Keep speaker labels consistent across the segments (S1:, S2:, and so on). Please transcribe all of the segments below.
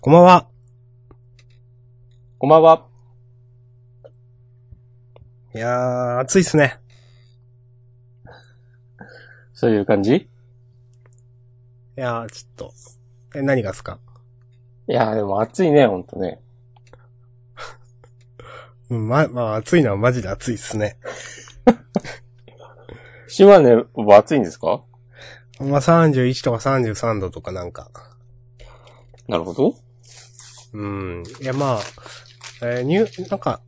S1: こんばんは。
S2: こんばんは。
S1: いやー、暑いっすね。
S2: そういう感じい
S1: いやー、ちょっと。え、何がっすか
S2: やー、でも暑いね、ほんとね。
S1: うん、ま、まあ、暑いのはマジで暑いっすね。
S2: 島根は暑いんですか
S1: まあ、31とか33度とかなんか。
S2: なるほど。
S1: うん。いや、まあ、えーニュー、なんか、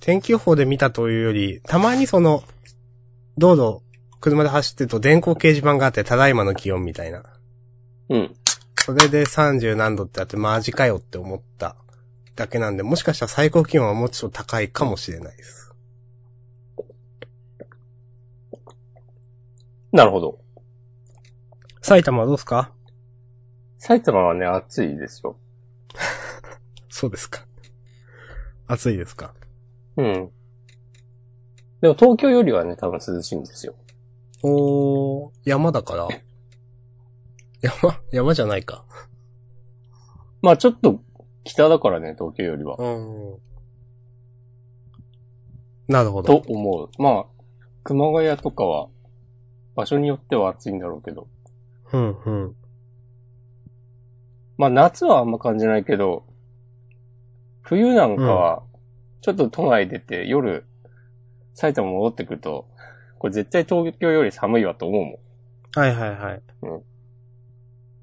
S1: 天気予報で見たというより、たまにその、道路、車で走ってると電光掲示板があって、ただいまの気温みたいな。
S2: うん。
S1: それで30何度ってあって、マジかよって思っただけなんで、もしかしたら最高気温はもうちょっと高いかもしれないです。
S2: なるほど。
S1: 埼玉はどうですか
S2: 埼玉はね、暑いですよ。
S1: そうですか。暑いですか。
S2: うん。でも東京よりはね、多分涼しいんですよ。
S1: おー、山だから山、山じゃないか。
S2: まあちょっと北だからね、東京よりは。
S1: うん。なるほ
S2: と
S1: ど。
S2: 思う。まあ、熊谷とかは、場所によっては暑いんだろうけど。
S1: うん、うん。
S2: まあ夏はあんま感じないけど、冬なんかは、ちょっと都内出て夜、埼玉戻ってくると、これ絶対東京より寒いわと思うもん。
S1: はいはいはい。
S2: うん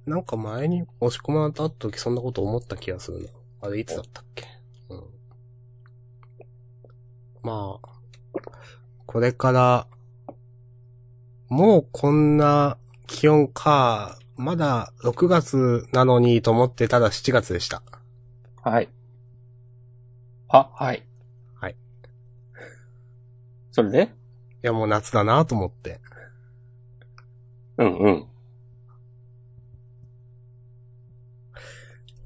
S1: なんか前に押し込まれた時そんなこと思った気がするな。あれいつだったっけ。うん。まあ、これから、もうこんな気温か、まだ6月なのにと思ってただ7月でした。
S2: はい。は、はい。
S1: はい。
S2: それで
S1: いやもう夏だなと思って。
S2: うんうん。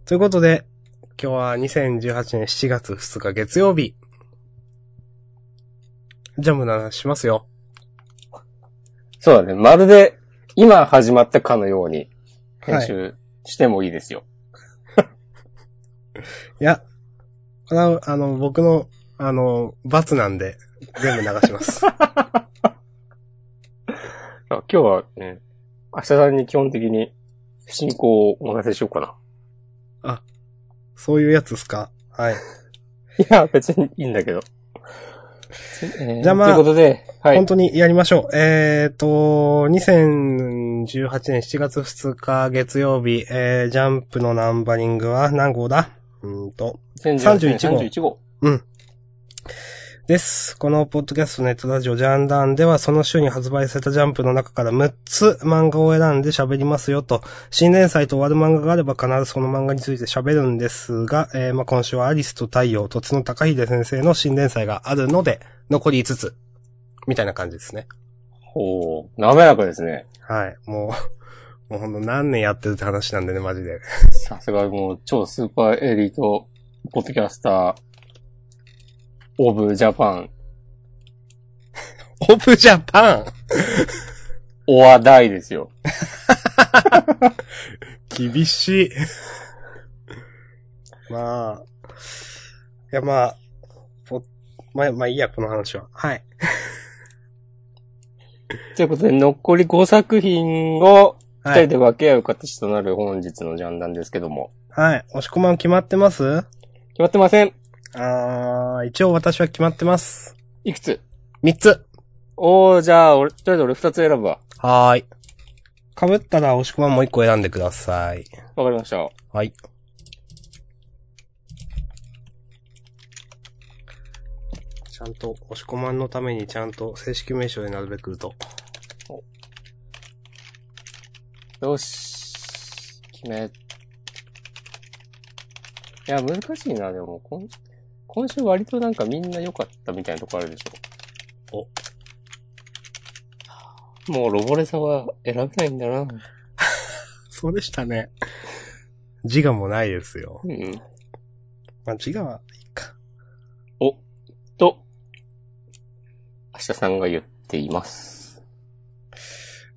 S1: ということで、今日は2018年7月2日月曜日。ジャムの話しますよ。
S2: そうだね。まるで、今始まったかのように、編集してもいいですよ。
S1: いや、これは、あの、僕の、あの、罰なんで、全部流します。
S2: あ今日はね、明日さんに基本的に進行をお任せしようかな。
S1: そういうやつですかはい。
S2: いや、別にいいんだけど。えー
S1: じゃあまあ
S2: ということで、はい。
S1: 本当にやりましょう。えーと、2018年7月2日月曜日、えー、ジャンプのナンバリングは何号だうーんと、31号
S2: 31号。
S1: です。このポッドキャストネットラジオジャンダンではその週に発売されたジャンプの中から6つ漫画を選んで喋りますよと、新連載と終わる漫画があれば必ずその漫画について喋るんですが、えーまあ今週はアリスと太陽と角高秀先生の新連載があるので、残り5つ。みたいな感じですね。
S2: おー、滑らかですね。
S1: はい。もう、もうほんと何年やってるって話なんでね、マジで。
S2: さすがもう超スーパーエリート、ポッドキャスター、オブジャパン、
S1: オブジャパン
S2: オアダイですよ。
S1: 厳しい。 まあ。いや、まあ、ぽまあ、まあいいや、この話は。はい。
S2: ということで、残り5作品を2
S1: は
S2: 人
S1: い。
S2: で分け合う形となる本日のジャンダンですけども。
S1: はい。押し込まん決まってます
S2: 決まってません。
S1: あー、一応私は決まってます。
S2: いくつ
S1: 三つ。
S2: おー、じゃあ、俺、とりあえず俺2つ選ぶわ。
S1: はーい。被ったら押し込まんもう一個選んでください。
S2: わかりました。
S1: はい。ちゃんと、押し込まんのためにちゃんと正式名称でなるべく言うと。
S2: よし。決め。いや、難しいな、でも、今今週割となんかみんな良かったみたいなとこあるでしょ。お。もう、ロボレさんは選べないんだな。
S1: そうでしたね。自我もないですよ。
S2: うん。
S1: まあ、自我は、いいか。
S2: お、と、明日さんが言っています。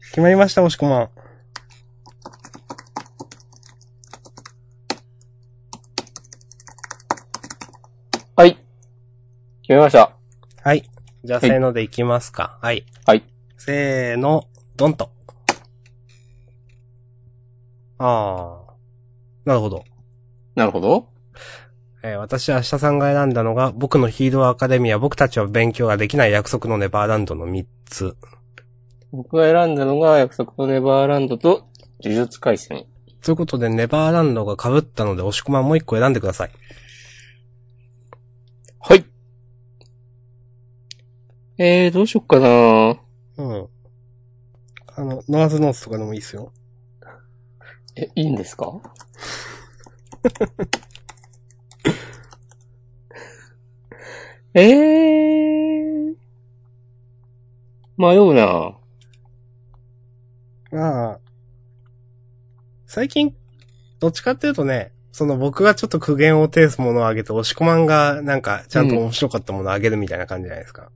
S1: 決まりました、押し込まん。
S2: 決めました。
S1: はい。じゃあ、
S2: はい
S1: せーのでいきますか。はい。
S2: はい。
S1: せーの、ドンと。あー。なるほど。
S2: なるほど。
S1: えー私は明日さんが選んだのが、僕のヒーローアカデミア、僕たちは勉強ができない約束のネバーランドの3つ。
S2: 僕が選んだのが、約束のネバーランドと、呪術回戦。
S1: ということで、ネバーランドが被ったので、押し込まんもう一個選んでください。
S2: はい。えー、どうしよっかな
S1: うん。あの、ノアズノースとかでもいいですよ。
S2: え、いいんですか えー、迷うな
S1: まあ、最近、どっちかっていうとね、その僕がちょっと苦言を呈すものをあげて、押し込まんがなんかちゃんと面白かったものをあげるみたいな感じじゃないですか。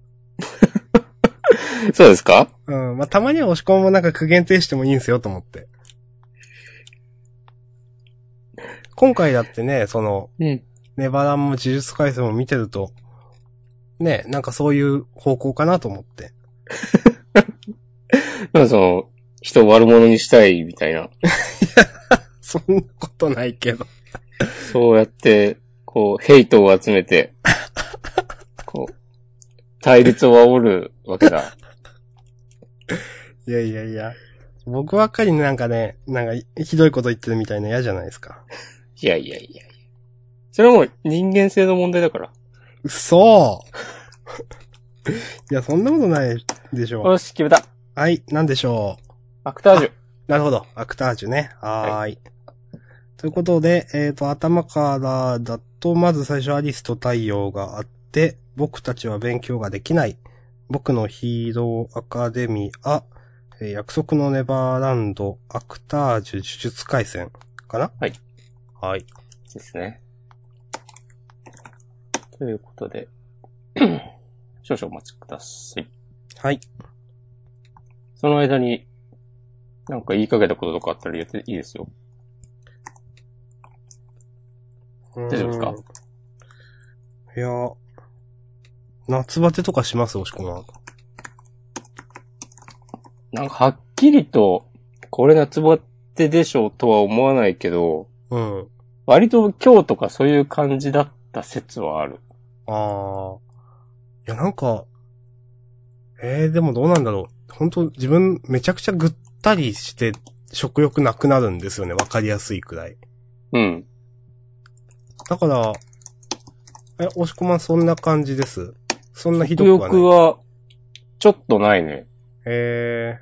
S2: そうですか
S1: うん、まあたまには押し込まんもなんか苦言呈してもいいんですよと思って。今回だってね、その、
S2: うん。
S1: ネバランも呪術回戦も見てると、ね、なんかそういう方向かなと思って。
S2: なんかその、人を悪者にしたいみたいな。
S1: そんなことないけど。
S2: そうやって、こう、ヘイトを集めて、こう、対立を煽るわけだ。
S1: いやいやいや。僕ばっかりなんかね、なんかいひどいこと言ってるみたいな嫌じゃないですか。
S2: いやいやいやいや。それはもう人間性の問題だから。
S1: 嘘いや、そんなことないでしょ
S2: よし、決めた。
S1: う。はい、なんでしょう。
S2: アクタージュ。
S1: なるほど。アクタージュね。はーい。ということで、えっ、と、頭からだと、まず最初アリスと太陽があって、僕たちは勉強ができない。僕のヒーローアカデミア、えー約束のネバーランド、アクタージュ、呪術回戦かな
S2: はい。
S1: はい。
S2: ですね。ということで、 少々お待ちください。
S1: はい。
S2: その間に、なんか言いかけたこととかあったら言っていいですよ。
S1: 大
S2: 丈夫ですか
S1: いやー、夏バテとかしますおしこまん。
S2: なんかはっきりと、これ夏バテでしょうとは思わないけど、
S1: うん。
S2: 割と今日とかそういう感じだった説はある。
S1: あー。いや、なんか、えー、でもどうなんだろう。本当自分、めちゃくちゃぐったりして、食欲なくなるんですよね。わかりやすいくらい。
S2: うん。
S1: だから、え、おしこまんそんな感じです。そんなひど
S2: 食
S1: くはない。
S2: 欲は、ちょっとないね。
S1: えー。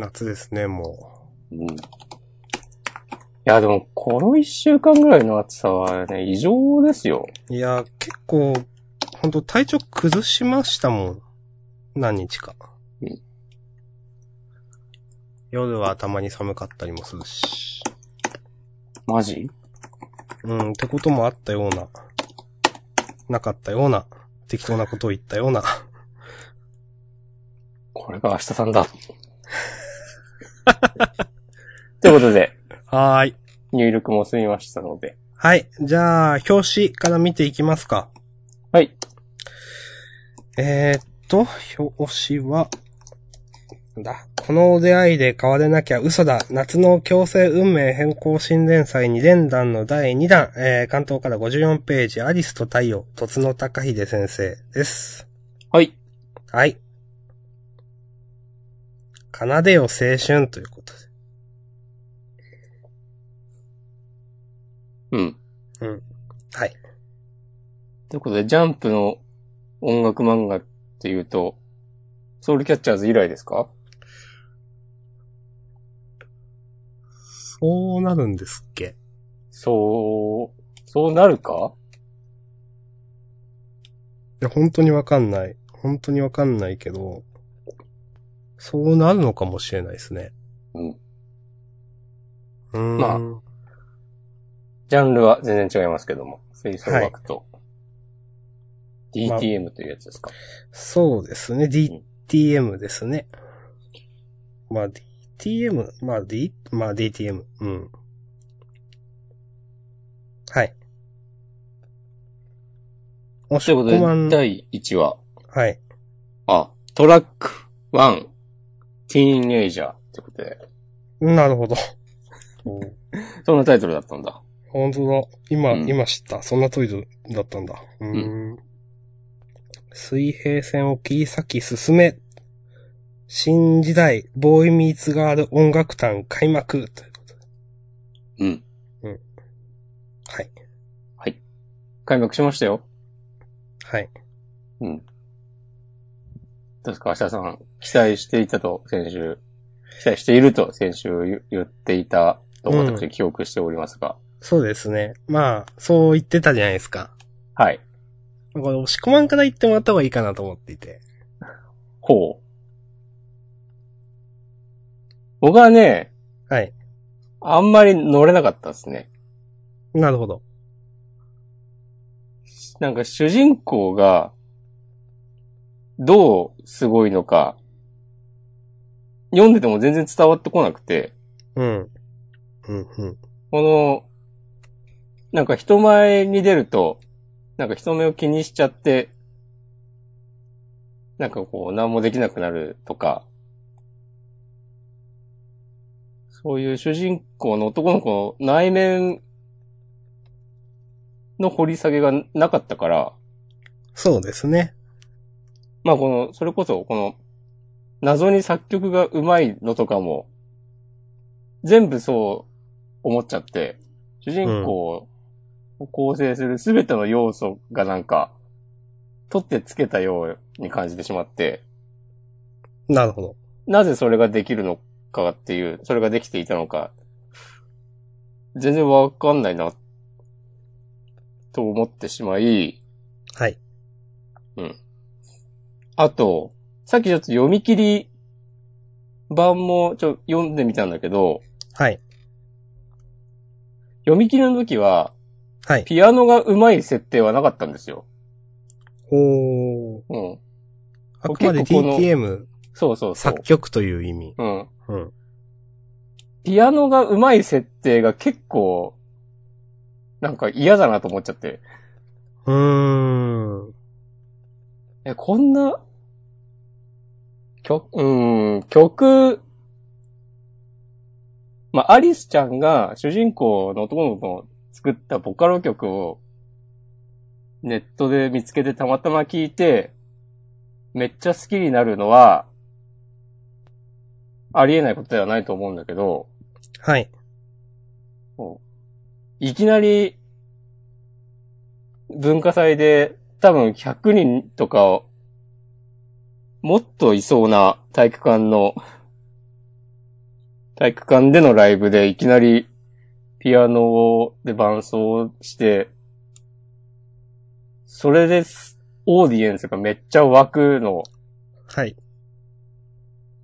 S1: 夏ですね、も
S2: うん。いや、でも、この一週間ぐらいの暑さはね、異常ですよ。
S1: う。いや、結構、本当体調崩しましたもん。何日か
S2: うん。
S1: 夜はたまに寒かったりもするし。
S2: マジ
S1: うん、ってこともあったような、なかったような、適当なことを言ったような。
S2: これが明日さんだ。 ということで、
S1: はーい。
S2: 入力も済みましたので。
S1: はい。じゃあ、表紙から見ていきますか。
S2: はい。
S1: えー、っと、表紙は、なんだ。この出会いで変われなきゃ嘘だ。夏の強制運命変更新連載2連弾の第2弾。えー、関東から54ページ、アリスと太陽、とつの高秀先生です。
S2: はい。
S1: はい。奏でよ青春ということで。
S2: うん。
S1: はい。
S2: ということで、ジャンプの音楽漫画っていうと、ソウルキャッチャーズ以来ですか
S1: そうなるんですっけ
S2: そう、そうなるか
S1: いや、本当にわかんない。本当にわかんないけど、そうなるのかもしれないですね。
S2: うん。
S1: うーん。
S2: まあジャンルは全然違いますけども。吹奏楽と、
S1: まあ
S2: DTM というやつですか。
S1: そうですね。DTM ですね。まあ、DTM、まあ、D、まあ、DTM。うん。はい。お
S2: と
S1: し
S2: い
S1: っ
S2: う
S1: こ
S2: ことで
S1: まん、、
S2: 第1話。
S1: はい。
S2: あ、トラック1、ティーンエイジャーってことで。
S1: なるほど。
S2: そんなタイトルだったんだ。
S1: 本当だ。今、
S2: うん
S1: 今知った。そんなトイレだったんだ。うーん。水平線を切り裂き進め。新時代、ボーイミーツガール音楽団開幕。ということで
S2: うん。
S1: はい。
S2: 開幕しましたよ。
S1: はい。
S2: 確か、明日さん、期待していたと、先週、期待していると、先週言言っていたと、
S1: うん
S2: 私、記憶しておりますが。
S1: そうですね。まあ、そう言ってたじゃないですか。
S2: はい。
S1: これ、押し込まんから言ってもらった方がいいかなと思っていて。
S2: こう。僕はね、
S1: はい。
S2: あんまり乗れなかったですね。
S1: なるほど。
S2: なんか主人公が、どうすごいのか、読んでても全然伝わってこなくて、
S1: うん。うん、うん。
S2: この、なんか人前に出ると、なんか人目を気にしちゃって、なんかこう、何もできなくなるとか、そういう主人公の男の子の内面の掘り下げがなかったから、
S1: そうですね。
S2: まあこの、それこそこの、謎に作曲が上手いのとかも、全部そう思っちゃって、主人公を構成するすべての要素がなんか、取ってつけたように感じてしまって、
S1: なるほど。
S2: なぜそれができるのかっていう、それができていたのか、全然わかんないな、と思ってしまい、
S1: はい。
S2: あと、さっきちょっと読み切り版もちょ読んでみたんだけど、
S1: はい。
S2: 読み切りの時は、
S1: はい。
S2: ピアノが上手い設定はなかったんですよ。
S1: おー。
S2: うん。
S1: あくまで
S2: 結構この
S1: DTM
S2: そうそうそう
S1: 作。曲という意味。
S2: うん。
S1: うん。
S2: ピアノが上手い設定が結構、なんか嫌だなと思っちゃって。
S1: うーん。
S2: え、こんな、曲、うーん、曲、まあ、アリスちゃんが主人公の男の子の作ったボカロ曲をネットで見つけてたまたま聞いて、めっちゃ好きになるのは、ありえないことではないと思うんだけど、
S1: はい。
S2: いきなり、文化祭で多分100人とか、もっといそうな体育館の、体育館でのライブでいきなりピアノをで伴奏して、それです、オーディエンスがめっちゃ湧くの、
S1: はい。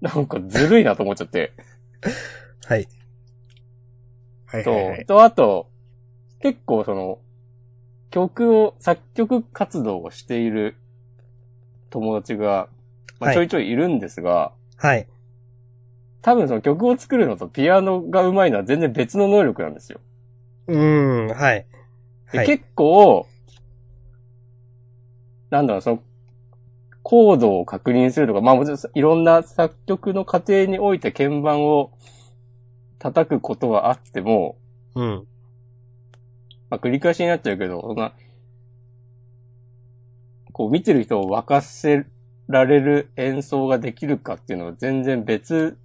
S2: なんかずるいなと思っちゃって。
S1: はい。 はいはいは
S2: と
S1: い、。
S2: と、あと、結構その、曲を、作曲活動をしている友達が、ま
S1: は
S2: あ、
S1: い
S2: ちょいちょいいるんですが、
S1: はい。
S2: 多分その曲を作るのとピアノが上手いのは全然別の能力なんですよ。
S1: うーん、はい。
S2: で
S1: はい
S2: 結構、なんだろう、その、コードを確認するとか、まあもちろんいろんな作曲の過程において鍵盤を叩くことはあっても、
S1: うん。
S2: まあ、繰り返しになっちゃうけど、そんな、こう見てる人を沸かせられる演奏ができるかっていうのは全然別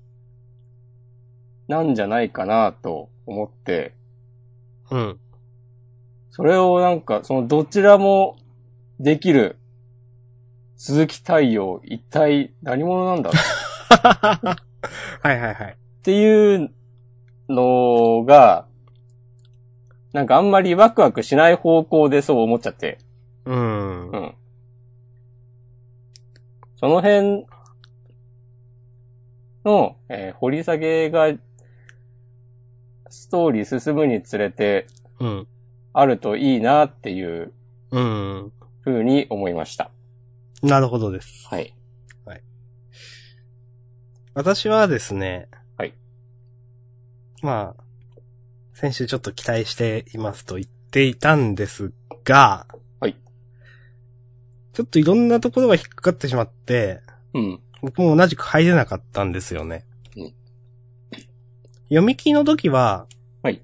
S2: なんじゃないかなと思って、
S1: うん。
S2: それをなんか、そのどちらもできる鈴木太陽一体何者なんだ
S1: はいはいはい。
S2: っていうのが、なんかあんまりワクワクしない方向でそう思っちゃって。
S1: うーん
S2: う。ん。その辺の、えー掘り下げが、ストーリー進むにつれて、
S1: うん。
S2: あるといいなっていう
S1: うん。
S2: 風に思いました。
S1: なるほどです。
S2: はい。
S1: 私はですね。
S2: はい。
S1: まあ、先週ちょっと期待していますと言っていたんですが。
S2: はい。
S1: ちょっといろんなところが引っかかってしまって、
S2: うん。
S1: 僕も同じく入れなかったんですよね。
S2: うん
S1: 読み切りの時は、
S2: はい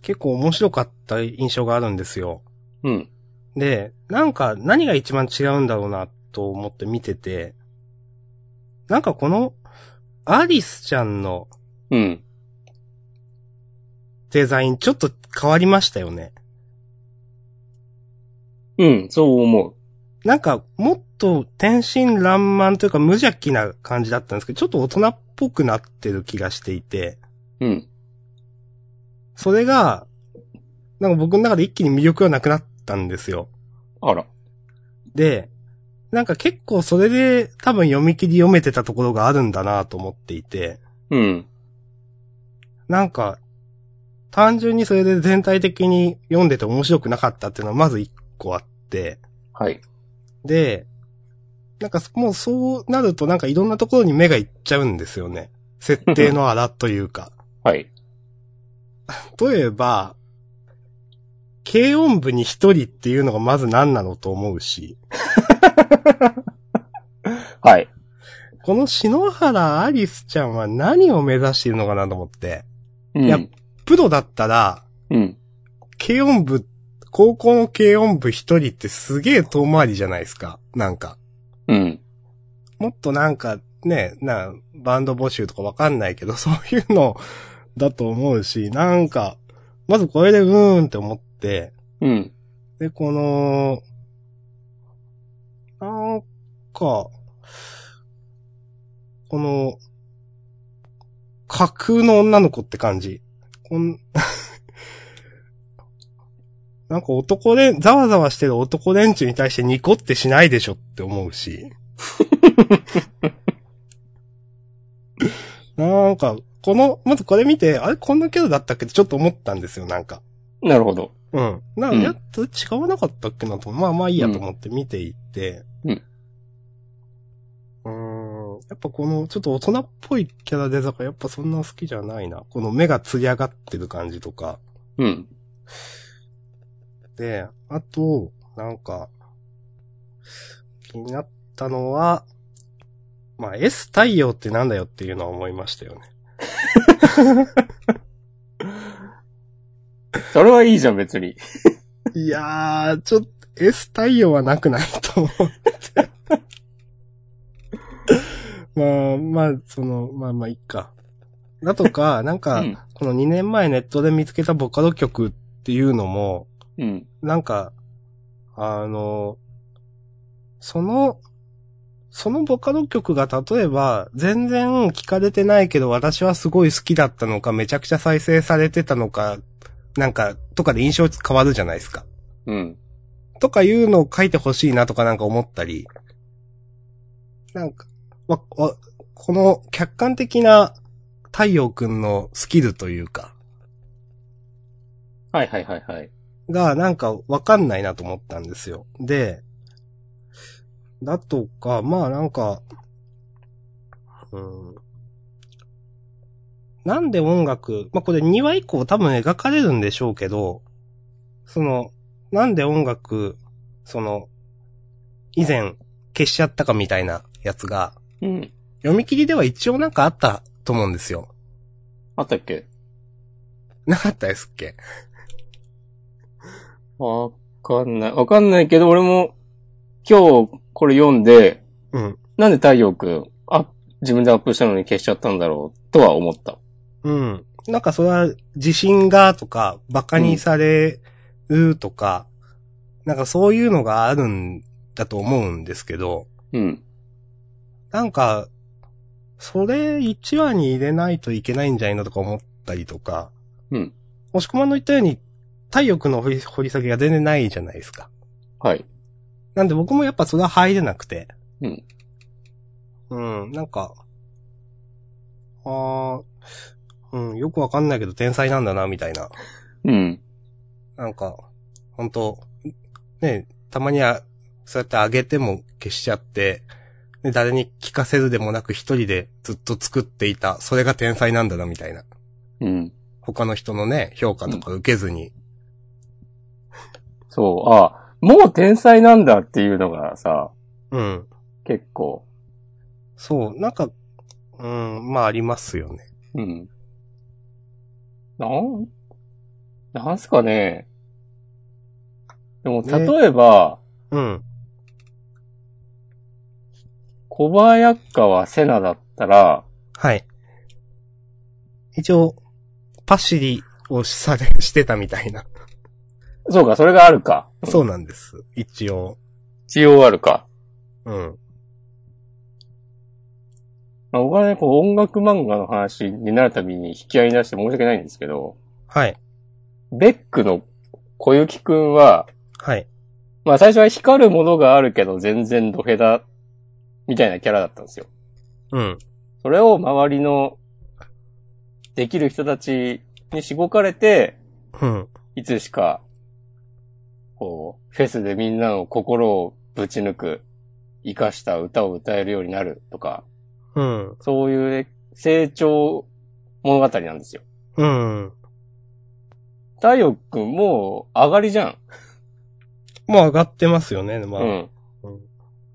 S1: 結構面白かった印象があるんですよ。
S2: うん。
S1: で、なんか何が一番違うんだろうなと思って見てて、なんかこのアリスちゃんの
S2: うん。
S1: デザインちょっと変わりましたよね。
S2: うん。そう思う。
S1: なんかもっと天真爛漫というか無邪気な感じだったんですけど、ちょっと大人っぽくなってる気がしていて、
S2: うん。
S1: それが、なんか僕の中で一気に魅力がなくなったんですよ。
S2: あら。
S1: で、なんか結構それで多分読み切り読めてたところがあるんだなと思っていて、
S2: うん。
S1: なんか、単純にそれで全体的に読んでて面白くなかったっていうのはまず一個あって、
S2: はい。
S1: で、なんかもうそうなるとなんかいろんなところに目がいっちゃうんですよね。設定の荒というか。
S2: はい。
S1: 例えば、軽音部に一人っていうのがまず何なのと思うし、
S2: はい。
S1: この篠原アリスちゃんは何を目指しているのかなと思って、
S2: うん。
S1: いやプロだったら、
S2: うん。
S1: 軽音部、高校の軽音部一人ってすげえ遠回りじゃないですか。なんか。
S2: うん。
S1: もっとなんかね、な、バンド募集とかわかんないけど、 そういうのだと思うし、なんか、まずこれでうーんって思って、
S2: うん。
S1: で、この、なんか、この、架空の女の子って感じ。こん なんか男で、ざわざわしてる男連中に対してニコってしないでしょって思うし。なんか、この、まずこれ見て、あれこんなキャラだったっけってちょっと思ったんですよ、なんか。
S2: なるほど。
S1: うん。な、
S2: うん
S1: やっと違わなかったっけなと、まあまあいいやと思って見ていって。
S2: うん。
S1: うーん。やっぱこの、ちょっと大人っぽいキャラデザがやっぱそんな好きじゃないな。この目がつり上がってる感じとか。
S2: うん。
S1: で、あと、なんか、気になったのは、まあ S 太陽ってなんだよっていうのは思いましたよね。
S2: それはいいじゃん、別に。
S1: いやー、ちょっと S 太陽はなくないと思って。 まあ、まあ、その、まあまあ、いっか。だと か、なんか、
S2: うん
S1: この2年前ネットで見つけたボカロ曲っていうのも、
S2: うん。
S1: なんか、あの、その、そのボカロ曲が例えば、全然聞かれてないけど私はすごい好きだったのか、めちゃくちゃ再生されてたのか、なんか、とかで印象変わるじゃないですか。
S2: うん。
S1: とかいうのを書いてほしいなとかなんか思ったり、なんか、わ、わ、この客観的な太陽くんのスキルというか、
S2: はいはいはいはい。
S1: がなんかわかんないなと思ったんですよ。で、だとか、まあなんか、うん。なんで音楽、まあこれ2話以降多分描かれるんでしょうけど、その、なんで音楽、その、以前消しちゃったかみたいなやつが、
S2: うん。
S1: 読み切りでは一応なんかあったと思うんですよ。
S2: あったっけ
S1: なかったですっけ
S2: わかんない。わかんないけど、俺も、今日これ読んで、
S1: うん。
S2: なんで太陽くん、あ、自分でアップしたのに消しちゃったんだろう、とは思った。
S1: うん。なんかそれは自信がとか、馬鹿にされるとか、なんかそういうのがあるんだと思うんですけど、
S2: うん。
S1: なんか、それ1話に入れないといけないんじゃないのとか思ったりとか、
S2: うん。
S1: もしくまんの言ったように、体力の掘り掘り下げが全然ないじゃないですか。
S2: はい。
S1: なんで僕もやっぱそれは入れなくて。
S2: うん。
S1: うん、なんか、あー、うん、よくわかんないけど天才なんだな、みたいな。
S2: うん。
S1: なんか、ほんと、ね、たまには、そうやって上げても消しちゃって、で誰に聞かせるでもなく一人でずっと作っていた、それが天才なんだな、みたいな。
S2: うん。
S1: 他の人のね、評価とか受けずに。
S2: そう、あ、もう天才なんだっていうのがさ、
S1: うん。
S2: 結構、
S1: そう、なんか、うん、まあありますよね。
S2: うん。なん、なんすかね。でも、
S1: ね
S2: 例えば、
S1: うん。
S2: 小林川セナだったら、
S1: はい。一応、パシリをされ、してたみたいな。
S2: そうか、それがあるか。
S1: そうなんです。一応。
S2: 一応あるか。
S1: うん。
S2: まあ、僕はね、こう音楽漫画の話になるたびに引き合いに出して申し訳ないんですけど、
S1: はい。
S2: ベックの小雪くんは、
S1: はい。
S2: まあ最初は光るものがあるけど全然ドヘダ、みたいなキャラだったんですよ。
S1: うん。
S2: それを周りの、できる人たちにしごかれて、
S1: うん。
S2: いつしか、こう、フェスでみんなの心をぶち抜く、活かした歌を歌えるようになるとか、
S1: うん。
S2: そういうね成長物語なんですよ。
S1: うん。
S2: 太陽くんもう上がりじゃん。
S1: もう上がってますよね、まあ。
S2: うん。
S1: うん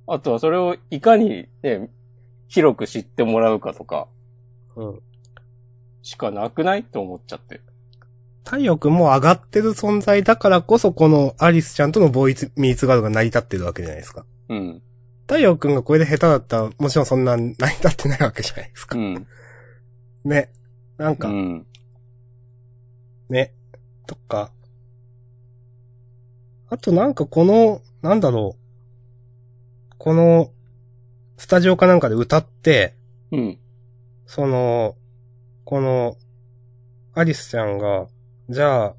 S2: あとはそれをいかにね、広く知ってもらうかとか、
S1: うん
S2: しかなくないと思っちゃって。
S1: 太陽君も上がってる存在だからこそ、このアリスちゃんとのボーイズミーツガードが成り立ってるわけじゃないですか。
S2: うん。
S1: 太陽君がこれで下手だったら、もちろんそんな成り立ってないわけじゃないです
S2: う
S1: か。
S2: ん。
S1: ね。なん
S2: う
S1: か、
S2: ん。
S1: ね。とか。あとなんかこの、なんだろう。この、スタジオかなんかで歌って、
S2: うん。
S1: その、この、アリスちゃんが、じゃあ、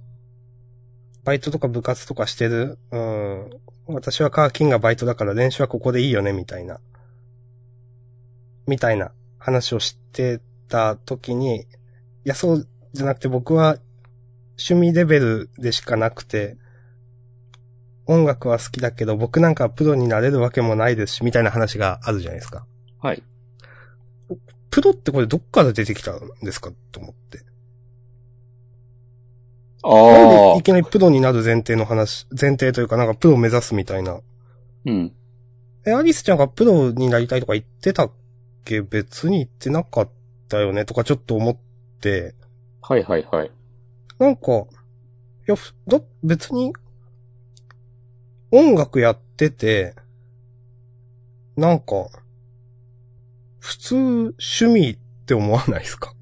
S1: バイトとか部活とかしてるうん。私はカーキンがバイトだから練習はここでいいよね、みたいな。みたいな話をしてた時に、いや、そうじゃなくて僕は趣味レベルでしかなくて、音楽は好きだけど僕なんかプロになれるわけもないですし、みたいな話があるじゃないですか。
S2: はい。
S1: プロってこれどっから出てきたんですかと思って。
S2: あ
S1: なんで
S2: あ
S1: い。きなりプロになる前提の話、前提というかなんかプロを目指すみたいな。
S2: うん。
S1: え、アリスちゃんがプロになりたいとか言ってたっけ別に言ってなかったよねとかちょっと思って。
S2: はいはいはい。
S1: なんか、いや、ふど、別に、音楽やってて、なんか、普通趣味って思わないですか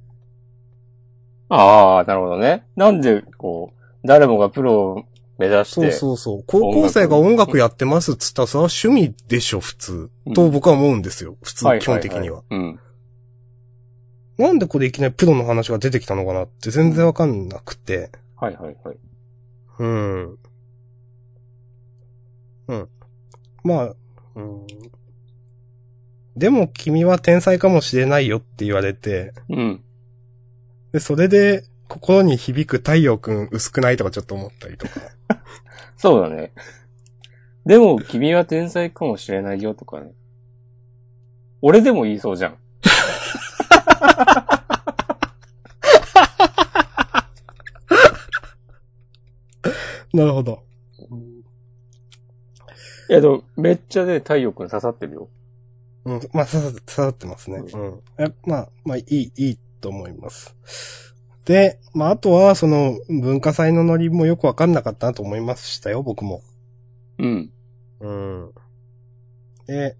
S2: ああ、なるほどね。なんで、こう、誰もがプロを目指して。
S1: そうそうそう。高校生が音楽やってますっつったら、それは趣味でしょ、普通。
S2: うん
S1: と僕は思うんですよ。普通
S2: はいはいは、い
S1: 基本的には。。
S2: うん。
S1: なんでこれいきなりプロの話が出てきたのかなって全然わかんなくて。
S2: はいはいはい。
S1: うん。うん。まあ、うん。でも君は天才かもしれないよって言われて、
S2: うん。
S1: で、それで心に響く太陽くん薄くないとかちょっと思ったりと か。
S2: そうだね。でも、君は天才かもしれないよとかね。俺でも言いそうじゃん。
S1: なるほど。
S2: いや、でも、めっちゃね、太陽くん刺さってるよ。
S1: うん、まあ、刺さ刺さってますね。うん。えまあ、まあ、いい、いいと思います。で、まあ、あとは、その、文化祭のノリもよくわかんなかったなと思いましたよ、僕も。
S2: うん。
S1: うん。で、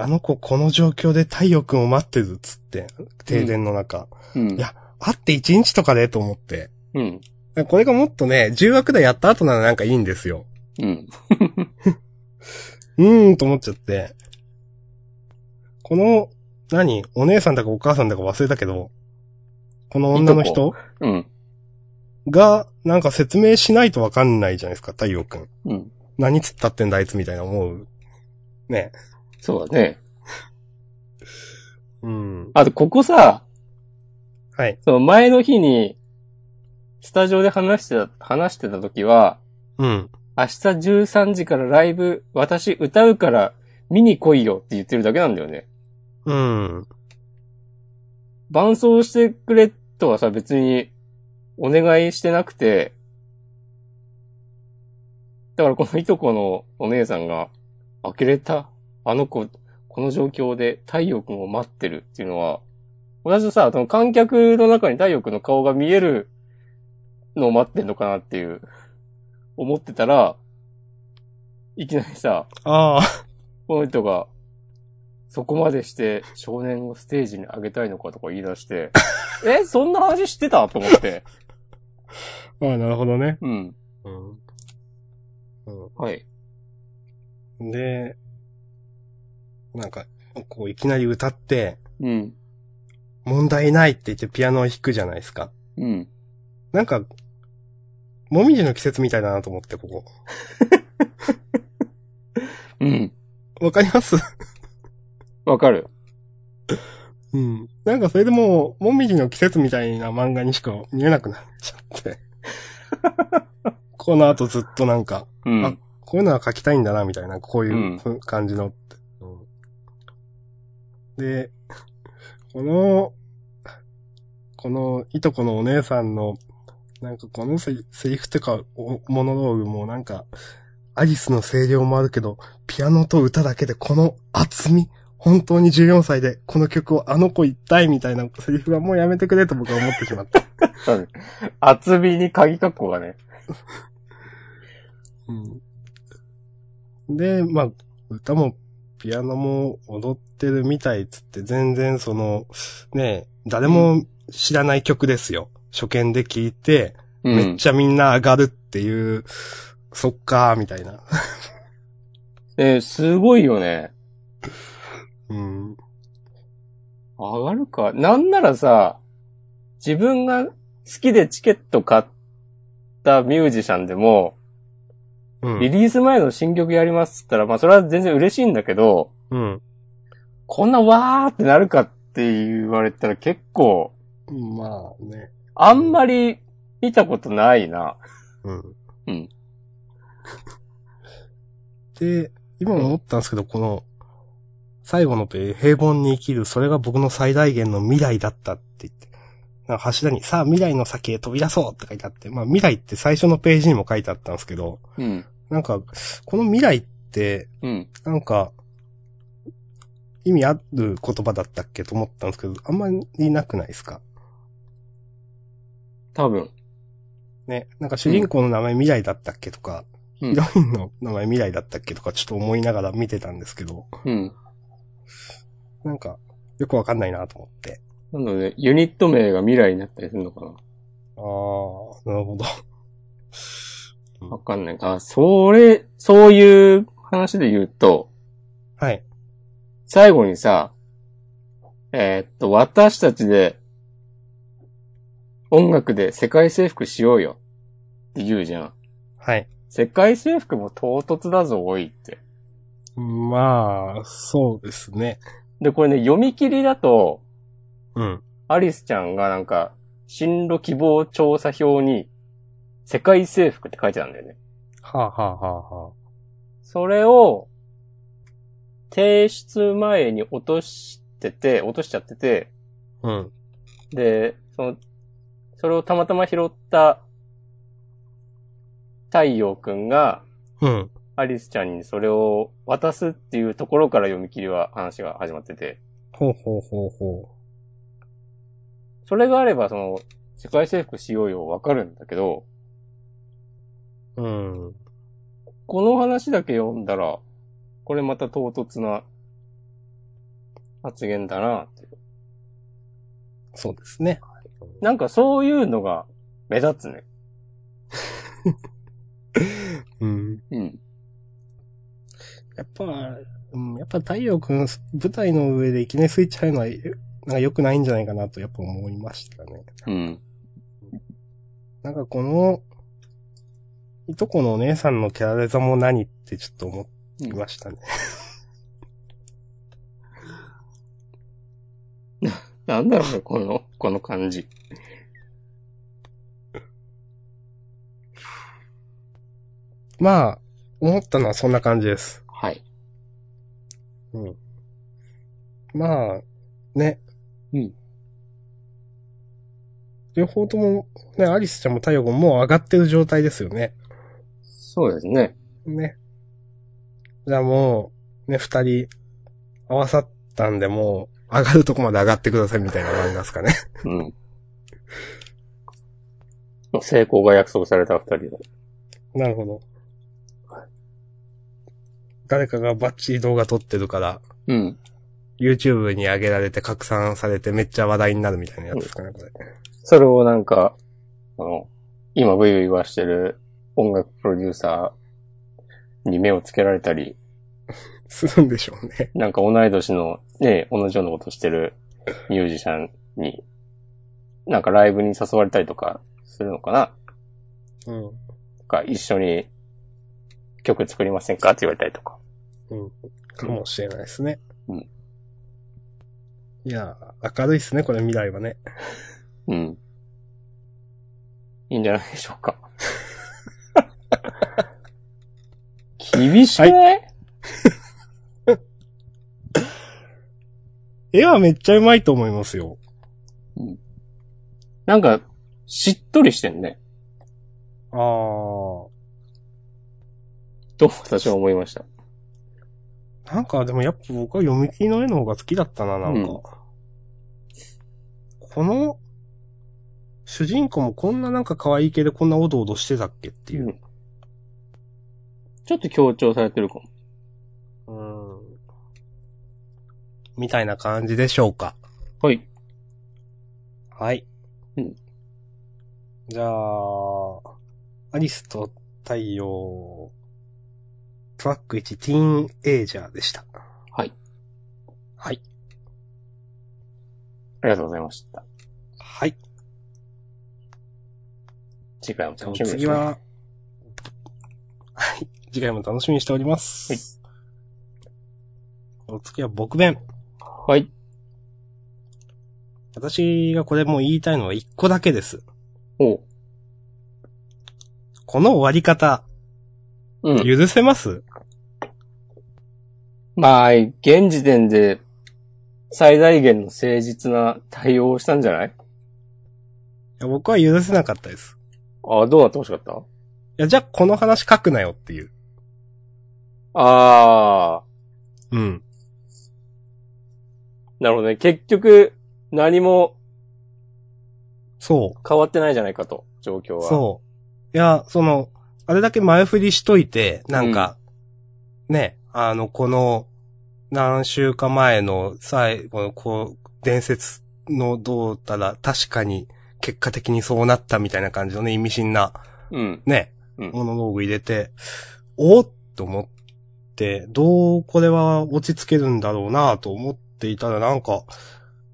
S1: あの子この状況で太陽くんを待ってるっつって、停電の中。
S2: うん。
S1: いや会って1日とかでと思って。
S2: うん。
S1: これがもっとね、10話くらいやった後ならなんかいいんですよ。
S2: うん。
S1: うーんと思っちゃって。この、何お姉さんだかお母さんだか忘れたけど、この女の
S2: い
S1: 人
S2: とうん。
S1: が、なんか説明しないとわかんないじゃないですか、太陽くん。
S2: うん。
S1: 何つったってんだあいつみたいな思う。ね。
S2: そうだね。
S1: うん。
S2: あと、ここさ、
S1: はい。
S2: その前の日に、スタジオで話してた、話してた時は、
S1: うん。
S2: 明日13時からライブ、私歌うから見に来いよって言ってるだけなんだよね。
S1: うん。
S2: 伴奏してくれとはさ、別にお願いしてなくて、だからこのいとこのお姉さんが、呆れた、あの子、この状況で太陽君を待ってるっていうのは、同じさ、その観客の中に太陽君の顔が見えるのを待ってんのかなっていう、思ってたら、いきなりさ、
S1: ああ、
S2: この人が、そこまでして少年をステージに上げたいのかとか言い出 して、え、そんな話してたと思って。
S1: まあなるほどね。
S2: うん。
S1: うん。
S2: はい。
S1: うん、で、なんか、こういきなり歌って、
S2: うん。
S1: 問題ないって言ってピアノを弾くじゃないですか。
S2: うん。
S1: なんか、もみじの季節みたいだなと思って、ここ。
S2: うん。
S1: わかります
S2: わかる。
S1: うん。なんかそれでもう、もみじの季節みたいな漫画にしか見えなくなっちゃって。この後ずっとなんか、
S2: うん。
S1: あこういうのは書きたいんだな、みたいな、こういうふ感じのって。で、この、この、いとこのお姉さんの、なんかこのセリセリフとか、おモノローグもなんか、アリスの声量もあるけど、ピアノと歌だけでこの厚み、本当に14歳でこの曲をあの子一体みたいなセリフがもうやめてくれと僕は思ってしまった。
S2: 多分厚みに鍵格好がね。
S1: うんで、まあ、歌もピアノも踊ってるみたいっつって、全然その、ねえ、誰も知らない曲ですよ。初見で聴いて、
S2: う
S1: めっちゃみんな上がるっていう、そっかー、みたいな。
S2: え、すごいよね。
S1: うん。
S2: 上がるか。なんならさ、自分が好きでチケット買ったミュージシャンでも、
S1: う
S2: リ
S1: ん。
S2: リース前の新曲やりますっつったら、まあそれは全然嬉しいんだけど、
S1: うん。
S2: こんなわーってなるかって言われたら結構、
S1: まあね。
S2: あんまり見たことないな。
S1: うん。
S2: うん。
S1: で、今思ったんですけど、この、最後のページ、平凡に生きる、それが僕の最大限の未来だったって言って、なんか柱に、さあ未来の先へ飛び出そうって書いてあって、まあ未来って最初のページにも書いてあったんですけど、
S2: うん。
S1: なんか、この未来って、
S2: うん。
S1: なんか、意味ある言葉だったっけと思ったんですけど、あんまりなくないですか
S2: 多分。
S1: ね、なんか主人公の名前未来だったっけとか、
S2: うん
S1: ヒロインの名前未来だったっけとかちょっと思いながら見てたんですけど、
S2: うん。
S1: なんか、よくわかんないなと思って。
S2: なので、ユニット名が未来になったりするのかな
S1: ああ、なるほど。
S2: わかんない。あ、それ、そういう話で言うと、
S1: はい。
S2: 最後にさ、えーっと、私たちで、音楽で世界征服しようよって言うじゃん。
S1: はい。
S2: 世界征服も唐突だぞ、おいって。
S1: まあ、そうですね。
S2: で、これね、読み切りだと、
S1: うん。
S2: アリスちゃんがなんか、進路希望調査票に、世界征服って書いてあるんだよね。
S1: はあ、はあはあは
S2: それを、提出前に落としてて、落としちゃってて、
S1: あ、うん。
S2: で、その、それをたまたま拾った、太陽くんが、
S1: うん。
S2: アリスちゃんにそれを渡すっていうところから読み切りは話が始まってて、
S1: ほうほうほうほ
S2: それがあれば、その、世界征服しようよわかるんだけど、
S1: う。うん。
S2: この話だけ読んだら、これまた唐突な発言だなっていう。
S1: そうですね。
S2: なんかそういうのが目立つね。
S1: うん。
S2: うん。
S1: やっぱ、うん、やっぱ太陽くん、舞台の上でいきなりスイッチ入るのは、えなんか良くないんじゃないかなと、やっぱ思いましたね。
S2: うん。
S1: なんかこの、いとこのお姉さんのキャラデザも何ってちょっと思いましたね。
S2: なんだろうね、この、この感じ。
S1: まあ、思ったのはそんな感じです。
S2: はい。
S1: うん。まあ、ね。
S2: うん。
S1: 両方とも、ね、アリスちゃんも太陽君もう上がってる状態ですよね。
S2: そうですね。
S1: ね。じゃあもう、ね、二人合わさったんで、もう、上がるとこまで上がってくださいみたいな漫画ですかね。
S2: うん。成功が約束された二人の。
S1: なるほど。誰かがバッチリ動画撮ってるから、
S2: うん。
S1: YouTube に上げられて拡散されてめっちゃ話題になるみたいなやつですかね、これ。
S2: それをなんか、あの、今ブイブイ言わしてる音楽プロデューサーに目をつけられたり、
S1: するんでしょうね。
S2: なんか同い年のね、同じようなことしてるミュージシャンに、なんかライブに誘われたりとかするのかな
S1: うん。
S2: とか、一緒に曲作りませんかって言われたりとか。
S1: かもしれないですね。
S2: うん
S1: いやー、明るいっすね、これ未来はね。
S2: うん。いいんじゃないでしょうか。厳しくない、
S1: 絵はめっちゃうまいと思いますよ。
S2: なんか、しっとりしてんね。
S1: あー。
S2: と私は思いました。
S1: なんかでもやっぱ僕は読み切りの絵の方が好きだったな、なんか。
S2: うん
S1: この、主人公もこんななんか可愛い系でこんなおどおどしてたっけっていう。
S2: ちょっと強調されてるかも。
S1: うん。みたいな感じでしょうか。
S2: はい。
S1: はい。
S2: うん
S1: じゃあ、アリスと太陽、トラック1、ティーンエイジャーでした。
S2: はい。
S1: はい。
S2: ありがとうございました。
S1: はい。
S2: 次回も
S1: じゃあお
S2: 楽しみです、ね。
S1: 次は、 はい。次回も楽しみにしております。はい。お次は僕弁。
S2: はい。
S1: 私がこれもう言いたいのは1個だけです。
S2: おう。
S1: この終わり方、
S2: うん。
S1: 許せます、
S2: まあ、現時点で、最大限の誠実な対応をしたんじゃない
S1: いや僕は許せなかったです。
S2: ああ、どうなってほしかった
S1: いや、じゃあこの話書くなよっていう。
S2: ああ、
S1: うん。
S2: なるほどね。結局、何も
S1: そう。
S2: 変わってないじゃないかと、状況は。
S1: そう。いや、その、あれだけ前振りしといて、なんか、ね、あの、この、何週か前の最後の、こう、伝説のどうたら、確かに、結果的にそうなったみたいな感じのね、意味深な、
S2: う。うん。
S1: ね、
S2: うん
S1: モノローグ入れて、おっと思って、どうこれは落ち着けるんだろうなと思っていたらなんか、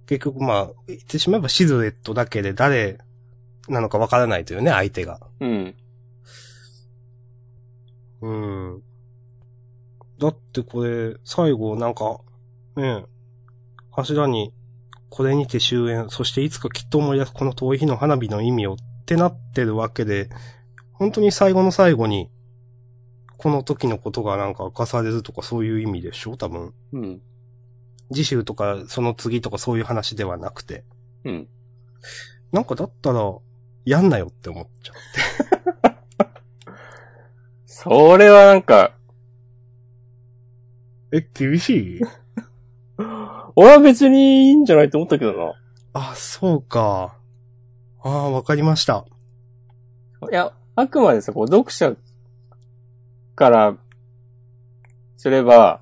S1: 結局まあ、言ってしまえばシルエットだけで誰なのかわからないというね、相手が。
S2: うん。
S1: うん。だってこれ、最後なんか、ねえ、柱に、これにて終焉、そしていつかきっと思い出すこの遠い日の花火の意味をってなってるわけで、本当に最後の最後に、この時のことがなんか明かされるとかそういう意味でしょ多分。
S2: うん。
S1: 次週とかその次とかそういう話ではなくて。
S2: うん。
S1: なんかだったら、やんなよって思っちゃう。
S2: それはなんか、
S1: え、厳しい
S2: 俺は別にいいんじゃないと思ったけどな。
S1: あ、そうか。ああ、わかりました。
S2: いや、あくまでさ、こう、読者からすれば、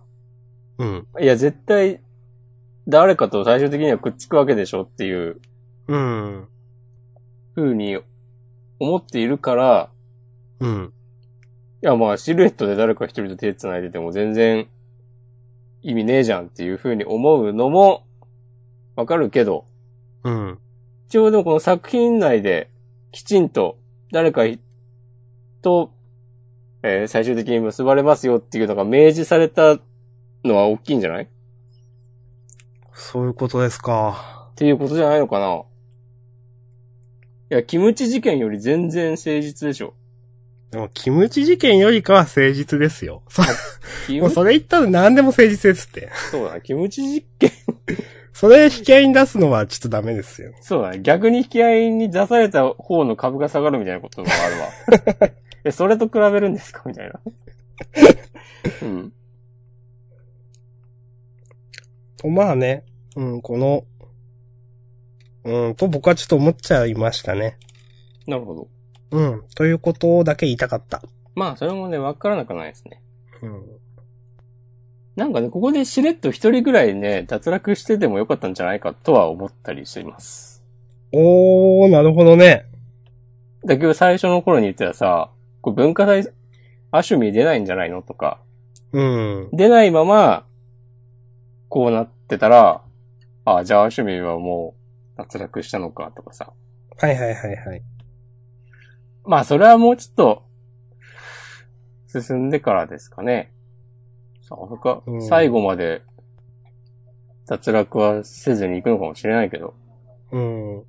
S1: うん。
S2: いや、絶対、誰かと最終的にはくっつくわけでしょっていう
S1: うん。
S2: 風に思っているから、
S1: うん。
S2: いや、まあ、シルエットで誰か一人と手繋いでても全然意味ねえじゃんっていう風に思うのもわかるけど、
S1: うん。
S2: 一応でもこの作品内できちんと誰かと、えー最終的に結ばれますよっていうのが明示されたのは大きいんじゃないっ
S1: そういうことですか。
S2: ていうことじゃないのかないや、キムチ事件より全然誠実でしょ。
S1: でも、キムチ事件よりかは誠実ですよ。そ
S2: キ
S1: も
S2: ム
S1: う
S2: チ、
S1: それ言ったら何でも誠実ですって。
S2: そうだな、キムチ事件、
S1: それ引き合いに出すのはちょっとダメですよ。
S2: そうだね、逆に引き合いに出され た方の株が下がるみたいなこともあるわ。え、それと比べるんですかみたいな。うん。
S1: と、まあね、うん、この、うん、と僕はちょっと思っちゃいましたね。
S2: なるほど。
S1: うん、ということだけ言いたかった。
S2: まあ、それもね、わからなくないですね。
S1: うん。
S2: なんかね、ここでしれっと一人ぐらいね、脱落しててもよかったんじゃないかとは思ったりしています。
S1: おー、なるほどね。
S2: だけど最初の頃に言ってたさ、こう文化祭、アシュミ出ないんじゃないのとか、
S1: うん。
S2: 出ないまま、こうなってたら、ああ、じゃあアシュミはもう脱落したのかとかさ。
S1: はいはいはいはい。
S2: まあ、それはもうちょっと、進んでからですかね。さあ、そっか
S1: う、ん
S2: 最後まで、脱落はせずに行くのかもしれないけど。
S1: うん。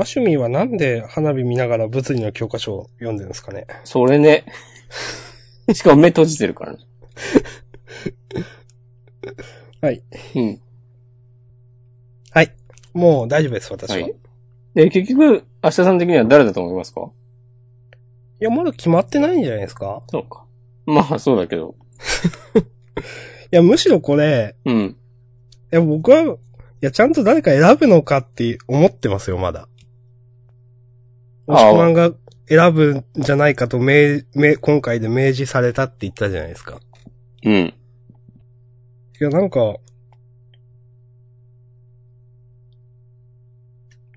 S1: アシュミーはなんで花火見ながら物理の教科書を読んでるんですかね。
S2: そ れね。しかも目閉じてるからね。
S1: はい。
S2: うん。
S1: もう大丈夫です、私は。、
S2: はいい。で、結局、明日さん的には誰だと思いますか
S1: や、まだ決まってないんじゃないですか
S2: そうか。まあ、そうだけど。
S1: いや、むしろこれ、
S2: うん。
S1: いや、僕は、いや、ちゃんと誰か選ぶのかって思ってますよ、まだ。
S2: あ
S1: 押し込まんが選ぶんじゃないかと明、明、今回で明示されたって言ったじゃないですか。
S2: うん。
S1: いや、なんか、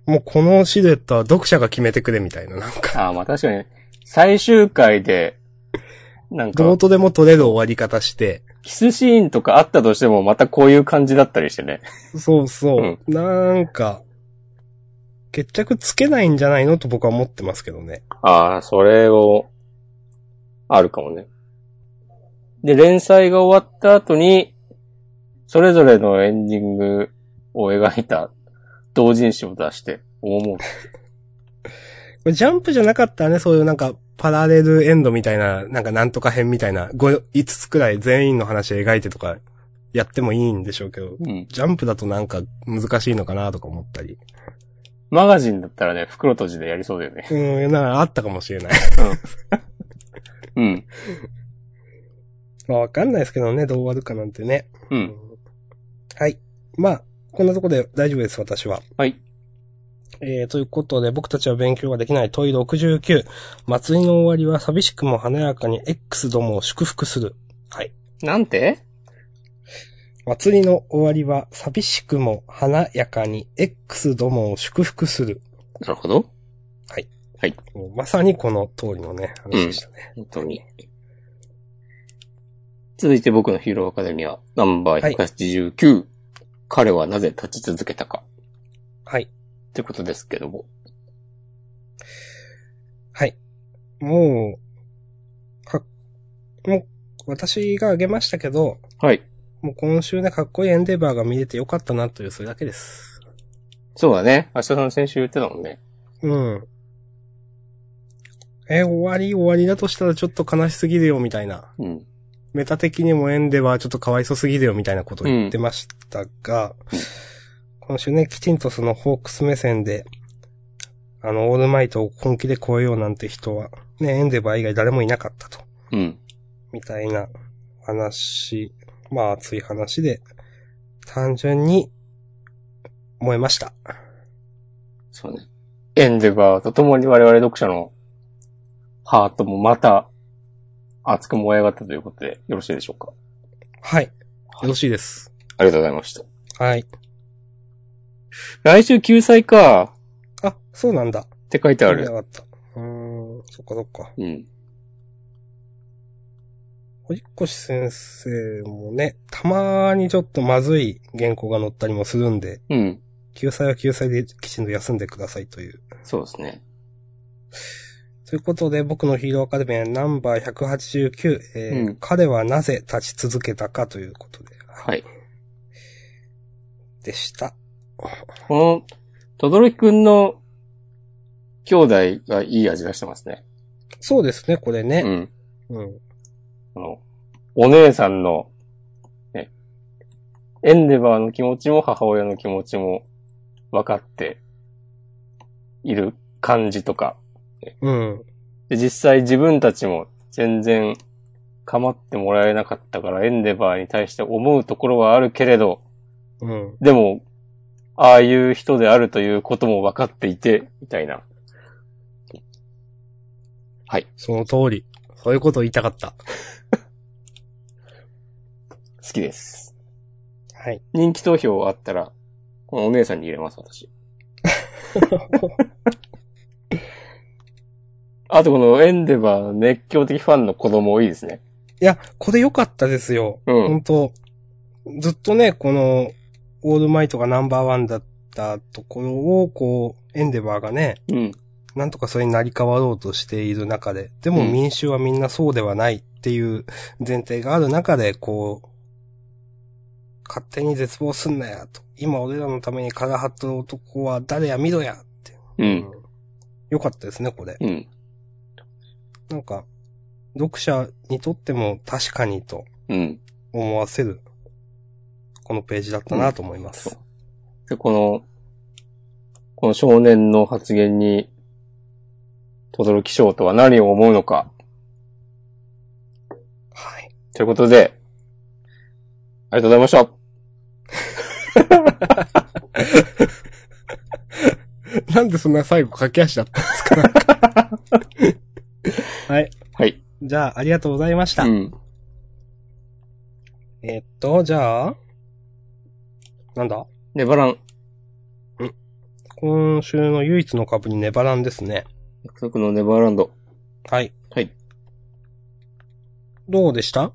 S1: もうこのシルエットは読者が決めてくれみたいな、なんか、
S2: ああ、まあ確かに、最終回で、なん
S1: ど
S2: か
S1: う、とでも取れる終わり方して、
S2: キスシーンとかあったとしても、またこういう感じだったりしてね。
S1: そうそう、なんか、決着つけないんじゃないのと僕は思ってますけどね。
S2: ああ、それを、あるかもね。で、連載が終わった後に、それぞれのエンディングを描いた同人誌を出して、思う。
S1: これジャンプじゃなかったらね、そういうなんか、パラレルエンドみたいな、なんかなんとか編みたいな、5、5つくらい全員の話描いてとか、やってもいいんでしょうけど、
S2: うん。
S1: ジャンプだとなんか難しいのかなとか思ったり。
S2: マガジンだったらね、袋閉じでやりそうだよね。
S1: うん、なんかあったかもしれない。
S2: うん。
S1: まあわかんないですけどね、どう終わるかなんてね。
S2: う
S1: うん
S2: ん。、
S1: はい。まあ、こんなとこで大丈夫です、私は。
S2: はい。
S1: えー、ということで、僕たちは勉強ができない問い69。祭りの終わりは寂しくも華やかに X どもを祝福する。はい。
S2: なんて
S1: 祭りの終わりは寂しくも華やかに X どもを祝福する。
S2: なるほど。
S1: もうまさにこの通りのね、話でしたね。
S2: 本当に。続いて僕のヒーローアカデミア、ナンバー189。彼はなぜ立ち続けたか。
S1: はい。
S2: ってことですけども。
S1: はい。もう、かっ、もう、私が挙げましたけど、
S2: はい。
S1: もう今週ね、かっこいいエンデバーが見れてよかったなという、それだけです。
S2: そうだね。明日さん先週言ってたもんね。
S1: うん。え、終わり終わりだとしたらちょっと悲しすぎるよ、みたいな。
S2: うん。
S1: メタ的にもエンデバーちょっとかわいそすぎるよみたいなことを言ってましたが、
S2: うん
S1: 今週ね、きちんとそのホークス目線で、あの、オールマイトを本気で超えようなんて人は、ね、エンデバー以外誰もいなかったと、
S2: うん。
S1: みたいな話、まあ熱い話で、単純に、燃えました。
S2: そうね。エンデバーとともに我々読者のハートもまた熱く燃え上がったということでよろしいでしょうか。
S1: はい。よろしいです。
S2: ありがとうございました。
S1: はい。
S2: 来週救済か
S1: あ、そうなんだ。
S2: って書いてあ
S1: 見て
S2: る。
S1: なかった。うーん、そっかそっか。
S2: うん。
S1: 堀越先生もね、たまにちょっとまずい原稿が載ったりもするんで、
S2: うん。
S1: 救済は救済できちんと休んでくださいという。
S2: そうですね。
S1: ということで、僕のヒーローアカデミアナンバー189、えー
S2: うん
S1: 彼はなぜ立ち続けたかということで、
S2: はい。
S1: でした。
S2: この、とどろきくんの兄弟がいい味出してますね。
S1: そうですね、これ
S2: う
S1: ね。
S2: ん。
S1: うん。
S2: あの、お姉さんの、ね、エンデバーの気持ちも母親の気持ちも分かっている感じとか、
S1: うん。
S2: で実際自分たちも全然構ってもらえなかったから、エンデバーに対して思うところはあるけれど、
S1: うん。
S2: でも、ああいう人であるということも分かっていて、みたいな。
S1: その通り。そういうことを言いたかった。
S2: 好きです。
S1: はい。
S2: 人気投票あったら、このお姉さんに入れます、私。あとこのエンデバーの熱狂的ファンの子供いいですね。
S1: いや、これ良かったですよ。
S2: うん
S1: 本当ずっとね、この、オールマイトがナンバーワンだったところを、こう、エンデバーがね、
S2: うん。
S1: なんとかそれになり変わろうとしている中で、でも
S2: うん
S1: 民衆はみんなそうではないっていう前提がある中で、こう、勝手に絶望すんなやと。今俺らのために空張った男は誰や見ろやって。
S2: うん。
S1: よかったですね、これ。
S2: うん。
S1: なんか、読者にとっても確かにと
S2: うん。
S1: 思わせる、このページだったなと思います。
S2: そう。で、この、この少年の発言に、とどろき翔とは何を思うのか、
S1: はい。
S2: ということで、ありがとうございました。
S1: なんでそんな最後駆け足だったんですかはい。
S2: はい。
S1: じゃあ、ありがとうございました。
S2: うん。
S1: えっと、じゃあ、なんだ
S2: ネバラン、
S1: 今週の唯一の株にネバランですね。
S2: 約束のネバーランド。
S1: はい。
S2: はい。
S1: どうでした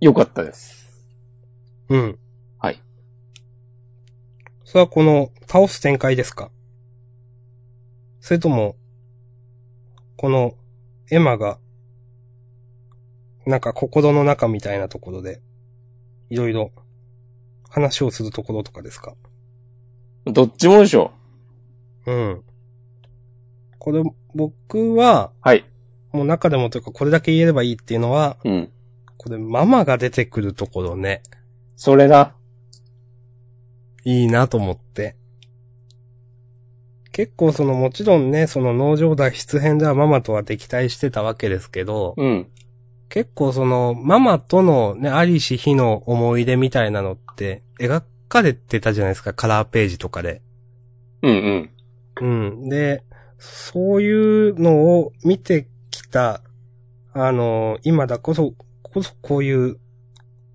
S2: よかったです。
S1: うん。
S2: はい。
S1: それはこの、倒す展開ですかそれとも、この、エマが、なんか心の中みたいなところで、いろいろ、話をするところとかですか
S2: どっちもでしょ。
S1: うん。これ、僕は、
S2: はい。
S1: もう中でもというか、これだけ言えればいいっていうのは、
S2: うん。
S1: これ、ママが出てくるところね、
S2: それな。
S1: いいなと思って。結構その、もちろんね、その農場脱出編ではママとは敵対してたわけですけど、
S2: うん。
S1: 結構その、ママとのね、ありし日の思い出みたいなのって、描かれてたじゃないですか、カラーページとかで。
S2: うんうん。
S1: うん。で、そういうのを見てきた、あの、今だこそ、こそこういう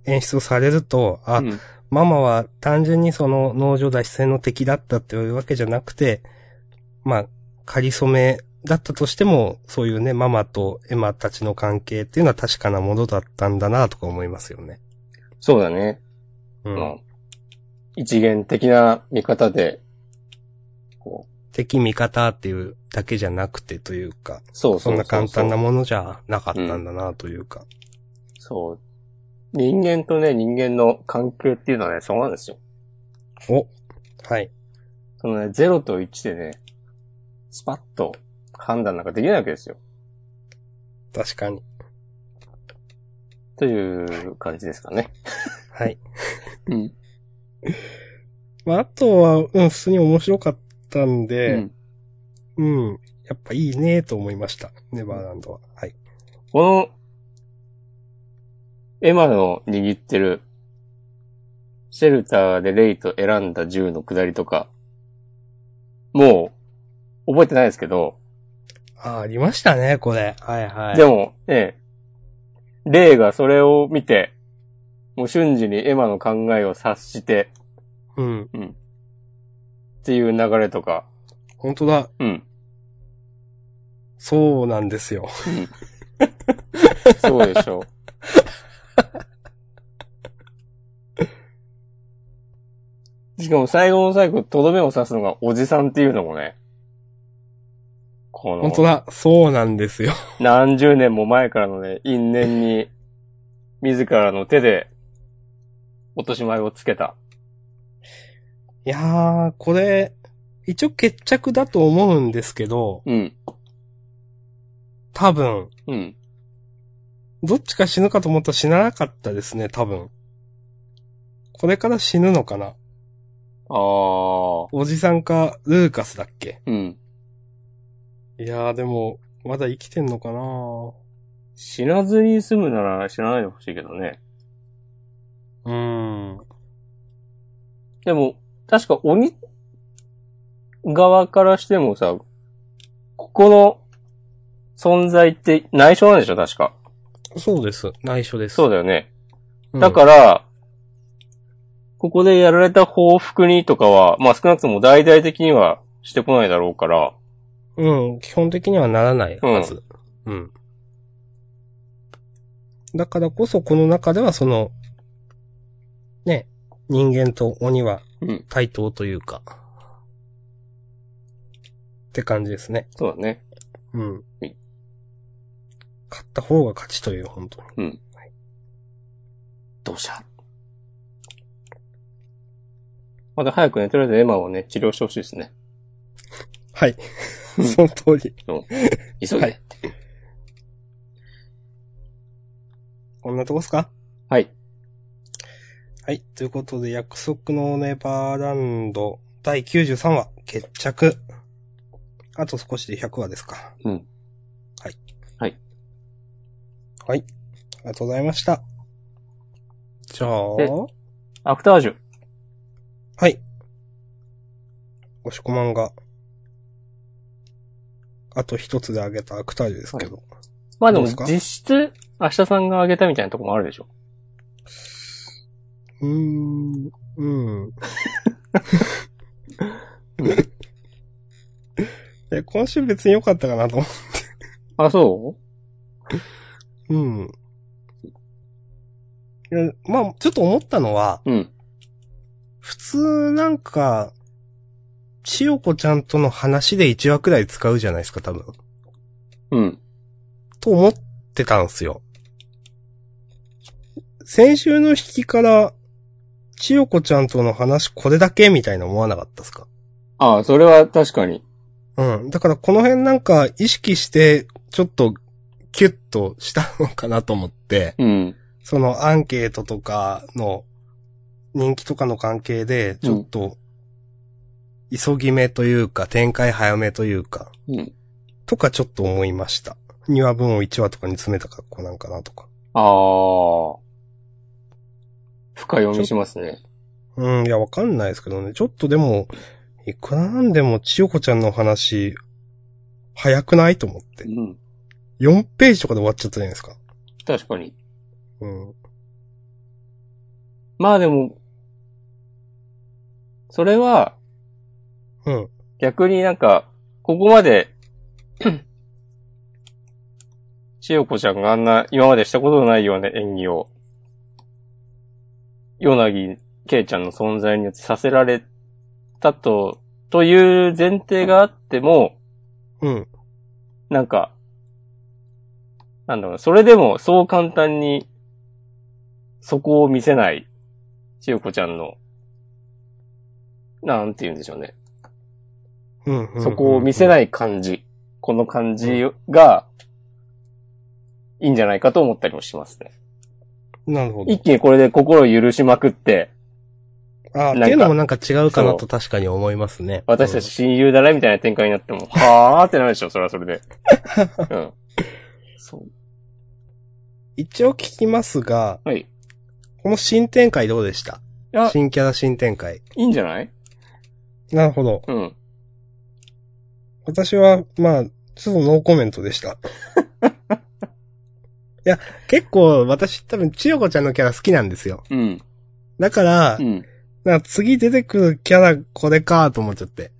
S1: 演出をされると、あ、
S2: うん
S1: ママは単純にその農場脱出戦の敵だったっていうわけじゃなくて、まあ、仮初めだったとしても、そういうね、ママとエマたちの関係っていうのは確かなものだったんだなとか思いますよね。
S2: そうだね。
S1: う。
S2: うんん。一元的な見方で、こう
S1: 敵味方っていうだけじゃなくてというか、
S2: そう
S1: そ
S2: そうんう
S1: な簡単なものじゃなかった
S2: うんん
S1: だなというか。
S2: そう。人間とね、人間の関係っていうのはね、そうなんですよ。
S1: お、はい。
S2: そのね、0と1でね、スパッと判断なんかできないわけですよ。
S1: 確かに。
S2: という感じですかね。
S1: はい。
S2: うん。
S1: まあ、あとは、うん、普通に面白かったん
S2: う
S1: で
S2: ん、、
S1: うん、やっぱいいねと思いました。ネバーランドは。はい。
S2: この、エマの握ってる、シェルターでレイと選んだ銃の下りとか、もう、覚えてないですけど、
S1: あ、ありましたね、これ。はいはい。
S2: でも、ね、レイがそれを見て、もう瞬時にエマの考えを察して、
S1: うん。
S2: っていう流れとか、
S1: 本当だ。
S2: うん。
S1: そうなんですよ。
S2: そうでしょう。しかも最後の最後、とどめを刺すのがおじさんっていうのもね、こ
S1: 本当
S2: の、
S1: だ。そうなんですよ。
S2: 何十年も前からのね、因縁に、自らの手で、落とし前をつけた。
S1: いやー、これ、一応決着だと思うんですけど、
S2: うん。
S1: 多分、
S2: うん。
S1: どっちか死ぬかと思ったら死ななかったですね、多分。これから死ぬのかな
S2: ああ。
S1: おじさんか、ルーカスだっけ
S2: うん。
S1: いやーでも、まだ生きてんのかな
S2: 死なずに済むなら死なないでほしいけどね。
S1: うーん。
S2: でも、確か鬼側からしてもさ、ここの存在って内緒なんでしょ確か。
S1: そうです。内緒です。
S2: そうだよね。
S1: うん
S2: だから、ここでやられた報復にとかは、まあ少なくとも大々的にはしてこないだろうから、
S1: うん、基本的にはならないはず。うん。だからこそ、この中ではその、ね、人間と鬼は
S2: うん
S1: 対等というか、って感じですね。
S2: そうだね。
S1: うん
S2: はい。
S1: 勝った方が勝ちという、本当に。
S2: どうしゃまだ早くね、とりあえずエマをね、治療してほしいですね。
S1: はい。
S2: うん
S1: その通り。
S2: 急いで。
S1: はいこんなとこっすか
S2: はい。
S1: はい。ということで、約束のネバーランド第93話、決着。あと少しで100話ですか。
S2: うん。
S1: はい。
S2: はい。
S1: はい。ありがとうございました。じゃあ、
S2: でアクタージュ。
S1: はい。おしこまんが、あと一つであげたアクタージュですけど。
S2: まあで
S1: ど
S2: も
S1: うですか
S2: 実質、明日さんがあげたみたいなとこもあるでしょ。
S1: うーん、 うん。え、今週別に良かったかなと思って。
S2: あ、そ
S1: うん。いやまあ、ちょっと思ったのは、
S2: ううん。
S1: 普通なんか、千代子ちゃんとの話で1話くらい使うじゃないですか、多分。
S2: うん。
S1: と思ってたんすよ。先週の引きから、千代子ちゃんとの話これだけみたいな思わなかったですか
S2: あそれは確かに。
S1: うん。だからこの辺なんか意識して、ちょっと、キュッとしたのかなと思って、
S2: うん。
S1: そのアンケートとかの、人気とかの関係で、ちょっと、急ぎ目というか、展開早めというか、
S2: うん。
S1: とかちょっと思いました。2話分を1話とかに詰めた格好なんかなとか。
S2: あー。深読みしますね。
S1: うん、いや、わかんないですけどね。ちょっとでも、いくらなんでも千代子ちゃんの話、早くないと思って
S2: う。ん。
S1: 4ページとかで終わっちゃったじゃないですか。
S2: 確かに。
S1: うん。
S2: まあでも、それは、
S1: うん。
S2: 逆になんか、ここまで、千代子ちゃんがあんな今までしたことのないような演技を、柳恵ちゃんの存在によってさせられたと、という前提があっても、
S1: うん。
S2: なんか、なんだろうな、それでもそう簡単に、そこを見せない、千代子ちゃんの、なんて言うんでしょうね。
S1: うん。うん
S2: そこを見せない感じ、この感じが、いいんじゃないかと思ったりもしますね。
S1: なるほど
S2: 一。気にこれで心を許しまくって、
S1: あ
S2: なん
S1: ー
S2: か
S1: っていうのもなんか違うかなと確かに思いますね。
S2: 私たち親友だねみたいな展開になっても、はーってなるでしょ、それはそれ で。うん。そう。
S1: うん。一応聞きますが、
S2: はい。い
S1: この新展開どうでした
S2: や、
S1: 新キャラ新展開。
S2: いいんじゃない
S1: なるほど。
S2: うん。
S1: 私は、まあ、ちょっとノーコメントで した。いや、結構私多分千代子ちゃんのキャラ好きなんですよ。
S2: うん。
S1: だから
S2: う、ん。
S1: なんか次出てくるキャラこれかと思っちゃって。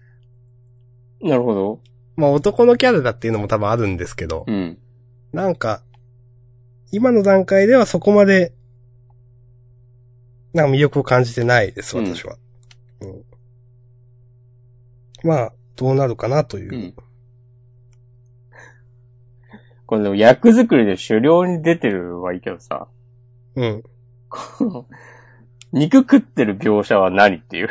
S2: なるほど。
S1: まあ男のキャラだっていうのも多分あるんですけど、
S2: うん。
S1: なんか、今の段階ではそこまで、なんか魅力を感じてないです、
S2: うん
S1: 私は。うんまあ、どうなるかなというう。
S2: ん。これでも役作りで狩猟に出てるはいいけどさ、
S1: うん。
S2: この肉食ってる描写は何っていう。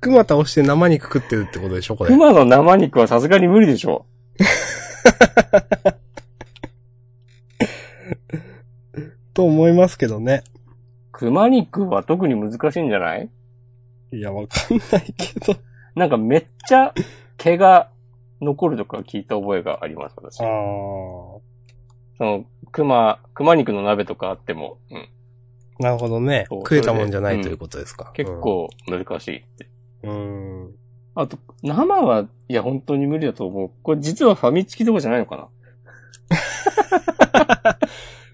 S1: 熊田押して生肉食ってるってことでしょ、これ。
S2: 熊の生肉はさすがに無理でしょ。
S1: と思いますけどね。
S2: 熊肉は特に難しいんじゃない
S1: いや、わかんないけ ど。
S2: なんかめっちゃ毛が残るとか聞いた覚えがあります、私。
S1: あ
S2: その、熊、熊肉の鍋とかあっても、うん、
S1: なるほどね。
S2: そう
S1: 食えたもんじゃな
S2: そ
S1: い
S2: れ
S1: と
S2: で
S1: いうことですか。
S2: 結構難しいって。
S1: うん。うん。
S2: あと、生は、いや、本当に無理だと思う。これ実はファミチキとかじゃないのかな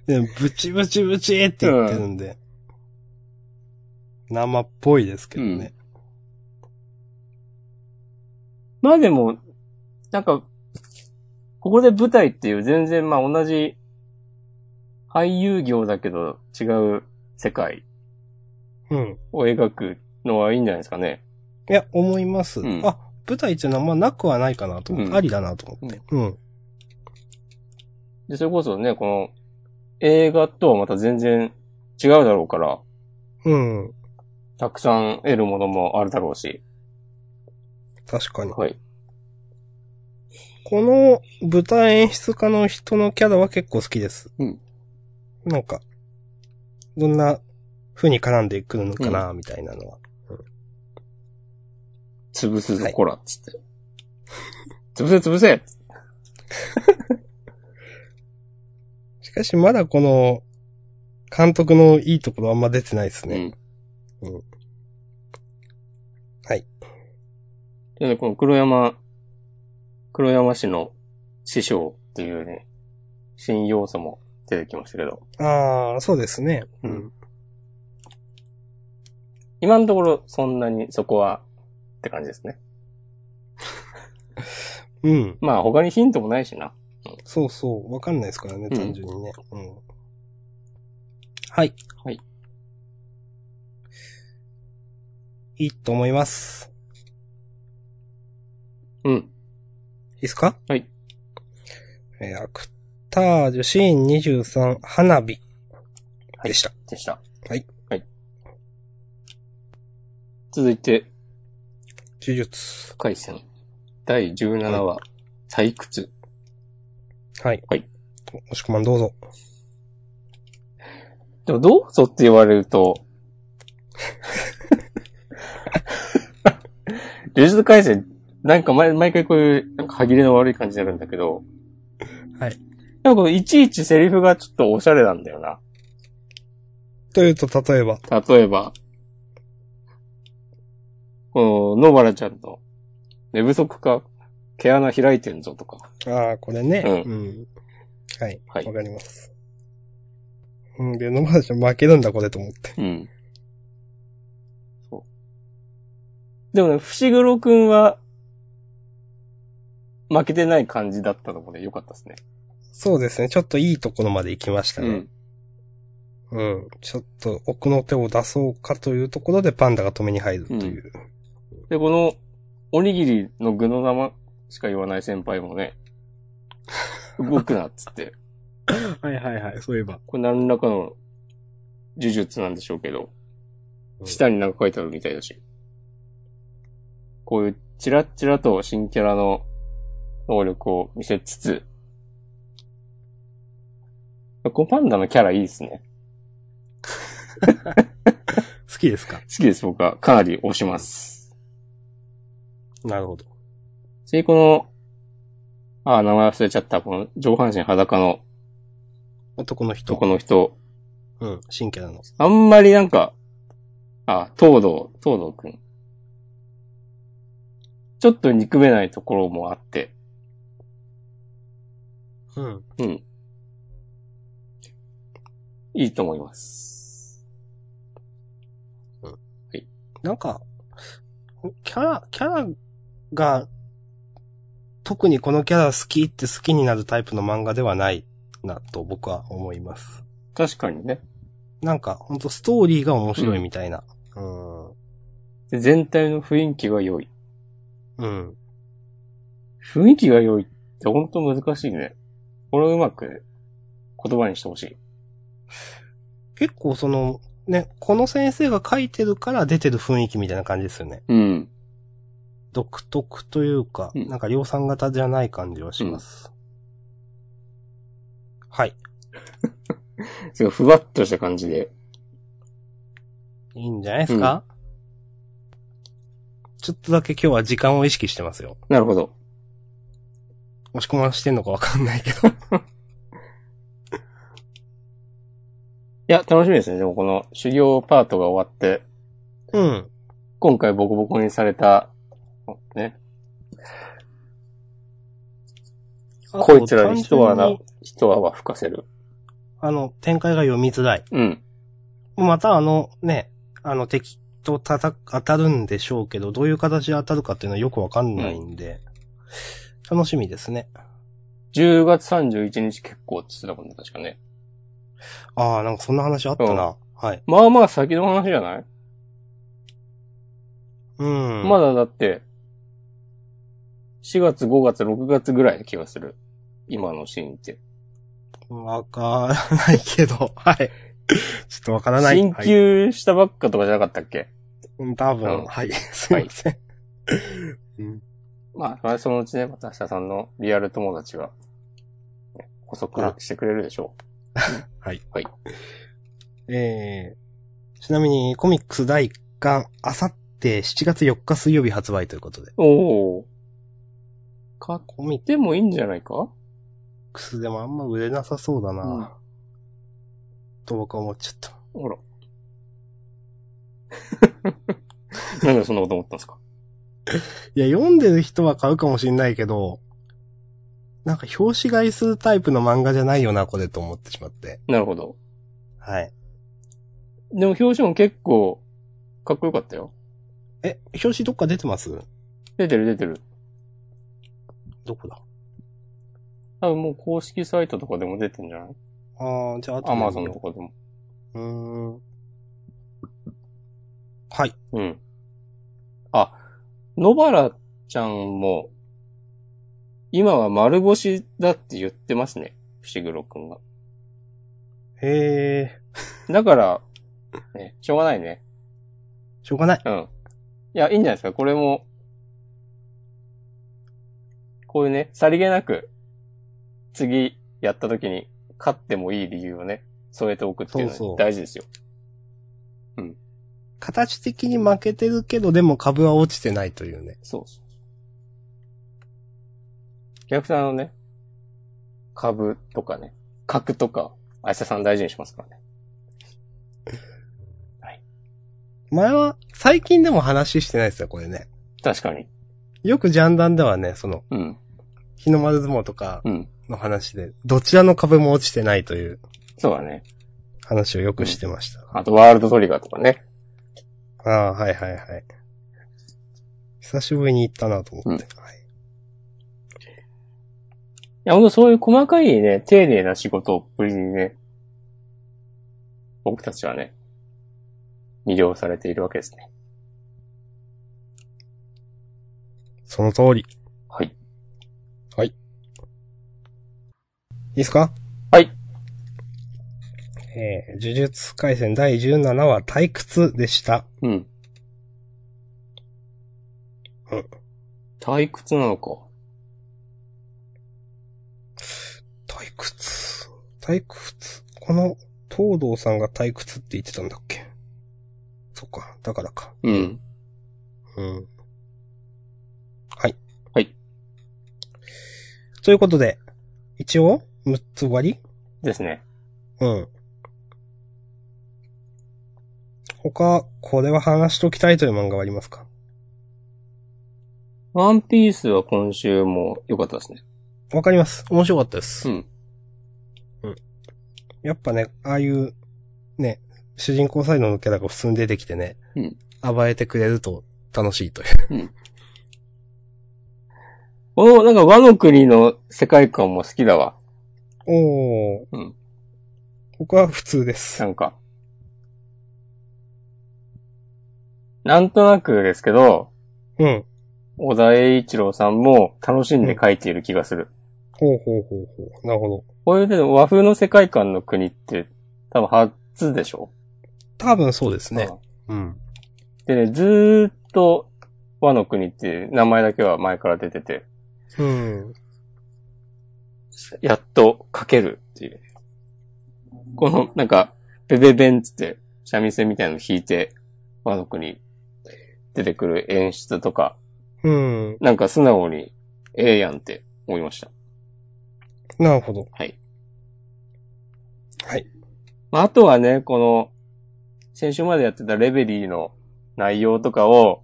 S1: で、ブチブチブチって言ってるんで。生っぽいですけどね。
S2: まあでも、なんか、ここで舞台っていう全然まあ同じ俳優業だけど違う世界
S1: うん。
S2: を描くのはいいんじゃないですかね。
S1: いや、思います。
S2: うん
S1: あ、舞台っていうのはまあなくはないかなと思って、
S2: うん
S1: ありだなと思って。うん。
S2: で、それこそね、この映画とはまた全然違うだろうから、
S1: うん。
S2: たくさん得るものもあるだろうし。
S1: 確かに。
S2: はい。
S1: この舞台演出家の人のキャラは結構好きです。
S2: うん
S1: なんか、どんな風に絡んでくるのかな、みたいなのは。
S2: 潰すぞ、こら、つって。潰せ、潰せ
S1: しかしまだこの、監督のいいところあんま出てないですね。
S2: うん。
S1: うんはい。
S2: でね、この黒山、黒山氏の師匠っていうね、新要素も出てきましたけど。
S1: ああ、そうですね。う。
S2: うん今のところそんなにそこはって感じですね。
S1: うん。
S2: まあ他にヒントもないしな。
S1: そうそう。わかんないですからね、
S2: うん
S1: 単純にね。うん。はい。
S2: はい。
S1: いいと思います。
S2: うん。
S1: いいですか
S2: はい。
S1: えーアクタージュシーン23、花火でした。
S2: でした。
S1: はい。
S2: はい。続いて、
S1: 呪術。
S2: 回戦。第17話、採掘。
S1: はい。
S2: はい。
S1: おしくまんどうぞ。
S2: でも、どうぞって言われると、呪術改正、なんか毎毎回こういう、なんか歯切れの悪い感じになるんだけど、
S1: はい。
S2: なんかこういちいちセリフがちょっとおしゃれなんだよな。
S1: というと、例えば。
S2: 例えば、この、野原ちゃんの、寝不足か、毛穴開いてんぞとか。
S1: ああ、これね。
S2: う
S1: うん。はい。
S2: はい
S1: わかります。うん、で、野村ちゃん負けるんだ、これと思って。
S2: うん。そう。でもね、伏黒くんは、負けてない感じだったのもね、良かったですね。
S1: そうですね。ちょっといいところまで行きましたね。。うん。ちょっと奥の手を出そうかというところでパンダが止めに入るという。
S2: で、この、おにぎりの具の名前しか言わない先輩も ね、動くなっつって、
S1: はいはいはい、そういえば。
S2: これ何らかの呪術なんでしょうけど、下になんか書いてあるみたいだし。こういう、チラッチラと新キャラの能力を見せつつ、コパンダのキャラいいですね。
S1: 好きですか
S2: 好きです、僕は。かなり押します。
S1: なるほど。
S2: 次、この、あー、名前忘れちゃった。この上半身裸の
S1: 男の人。
S2: 男の人。
S1: うん、新キャラの。
S2: あんまりなんか、あ、東堂、東堂くん。ちょっと憎めないところもあって、
S1: うん。
S2: うん。いいと思います。
S1: なんか、キャラ、キャラが、特にこのキャラ好きって好きになるタイプの漫画ではないなと僕は思います。
S2: 確かにね。
S1: なんか、ほんとストーリーが面白いみたいな。うん。
S2: で全体の雰囲気が良い。
S1: うん。
S2: 雰囲気が良いって本当難しいね。これをうまく言葉にしてほしい。
S1: 結構その、ね、この先生が書いてるから出てる雰囲気みたいな感じですよね。
S2: うん。
S1: 独特というか、
S2: うん
S1: なんか量産型じゃない感じはします。はい。
S2: すごいふわっとした感じで。
S1: いいんじゃないですか、ちょっとだけ今日は時間を意識してますよ。
S2: なるほど。
S1: 押し込ましてんのかわかんないけど。
S2: や、楽しみですね。でもこの修行パートが終わって、
S1: うん。
S2: 今回ボコボコにされた、ね、こいつらに一
S1: 単
S2: 穴
S1: 純に、
S2: 一泡吹かせる。
S1: あの、展開が読みづらい。
S2: うん。
S1: またあの、ね、あの敵と叩く、当たるんでしょうけど、どういう形で当たるかっていうのはよくわかんないんで、楽しみですね。
S2: 10月31日結構って言ってたもんね、確かね。
S1: ああ、なんかそんな話あったな。はい。
S2: まあまあ先の話じゃない、
S1: うん。
S2: まだだって、4月、5月、6月ぐらいの気がする。今のシーンって。
S1: わからないけど、 はい。ちょっとわからない。
S2: 進
S1: はい
S2: 級したばっかとかじゃなかったっけ、
S1: うん多
S2: う
S1: 分、
S2: ん
S1: はい。 すいません。
S2: まあ、まあ、そのうちね、また明日さんのリアル友達が、補足してくれるでしょ
S1: えー、ちなみに、コミックス第1巻、あさって7月4日水曜日発売ということで。
S2: う。おお。買っ
S1: コミッ
S2: てもいいんじゃないか
S1: クスでもあんま売れなさそうだな、
S2: うん
S1: と僕は思っちゃった。
S2: ほら。 なんでそんなこと思ったんですか
S1: いや、読んでる人は買うかもしんないけど、なんか表紙買いするタイプの漫画じゃないよな、これと思ってしまって。
S2: なるほど。
S1: はい。
S2: でも表紙も結構、かっこよかったよ。
S1: え、表紙どっか出てます
S2: 出てる出てる。
S1: どこだ
S2: 多分もう公式サイトとかでも出てんじゃない
S1: ああ、じゃあ後で
S2: ア
S1: 見よ
S2: マ
S1: う、
S2: ゾンとかでも。
S1: うーん。はい。
S2: うん。あ、野原ちゃんも、今は丸腰だって言ってますね。伏黒くんが。
S1: へえ、
S2: だから、ね、しょうがないね。
S1: しょうがない。
S2: うん。いや、いいんじゃないですか。これも、こういうね、さりげなく、次やった時に、勝ってもいい理由をね、添えておくっていう
S1: そうそ
S2: の
S1: う
S2: は大事ですよ。
S1: 形的に負けてるけど、でも株は落ちてないというね。
S2: そうそう逆さんのね、株とかね、格とか、明日さん大事にしますからね。
S1: 前は、最近でも話してないですよ、これね。
S2: 確かに。
S1: よくジャンダンではね、その、
S2: うん。
S1: 日の丸相撲とか
S2: うん。
S1: の話で、どちらの株も落ちてないという
S2: そうだね。
S1: 話をよくしてました。
S2: あと、ワールドトリガーとかね。
S1: ああ、はいはいはい。久しぶりに行ったなと思って。はい
S2: いや、ほんとそういう細かいね、丁寧な仕事っぷりにね、僕たちはね、魅了されているわけですね。
S1: その通り。
S2: はい。
S1: いいですか
S2: はい。
S1: えー、呪術回戦第17話退屈でした。
S2: うん。
S1: うん。
S2: 退屈なのか。
S1: 退屈。退屈。この、東堂さんが退屈って言ってたんだっけそっか、だからか。
S2: うん。
S1: うん。はい。
S2: はい。
S1: ということで、一応、6つ終わり
S2: ですね。
S1: うん。他、これは話しときたいという漫画はありますか
S2: ワンピースは今週も良かったですね。
S1: わかります。面白かったです。
S2: うん。
S1: やっぱね、ああいう、ね、主人公サイドのキャラが普通に出てきてね、
S2: うん
S1: 暴れてくれると楽しいという。
S2: この、なんか和の国の世界観も好きだわ。
S1: おー。
S2: うん
S1: 僕は普通です
S2: な。んか。なんとなくですけど、
S1: うん。
S2: 小田栄一郎さんも楽しんで描いている気がする。
S1: ほうほうほうほう。なるほど。
S2: こういうね和風の世界観の国って多分初でしょ
S1: 多分そうですね。。うん。
S2: でね、ずーっと和の国っていう名前だけは前から出てて、
S1: うん。
S2: やっと書けるっていう。この、なんか、ベベベンつって、三味線みたいなの弾いて、和の国出てくる演出とか、
S1: うん。
S2: なんか素直に、ええやんって思いました。
S1: なるほど。
S2: はい。
S1: はい。
S2: まあ、あとはね、この、先週までやってたレベリーの内容とかを、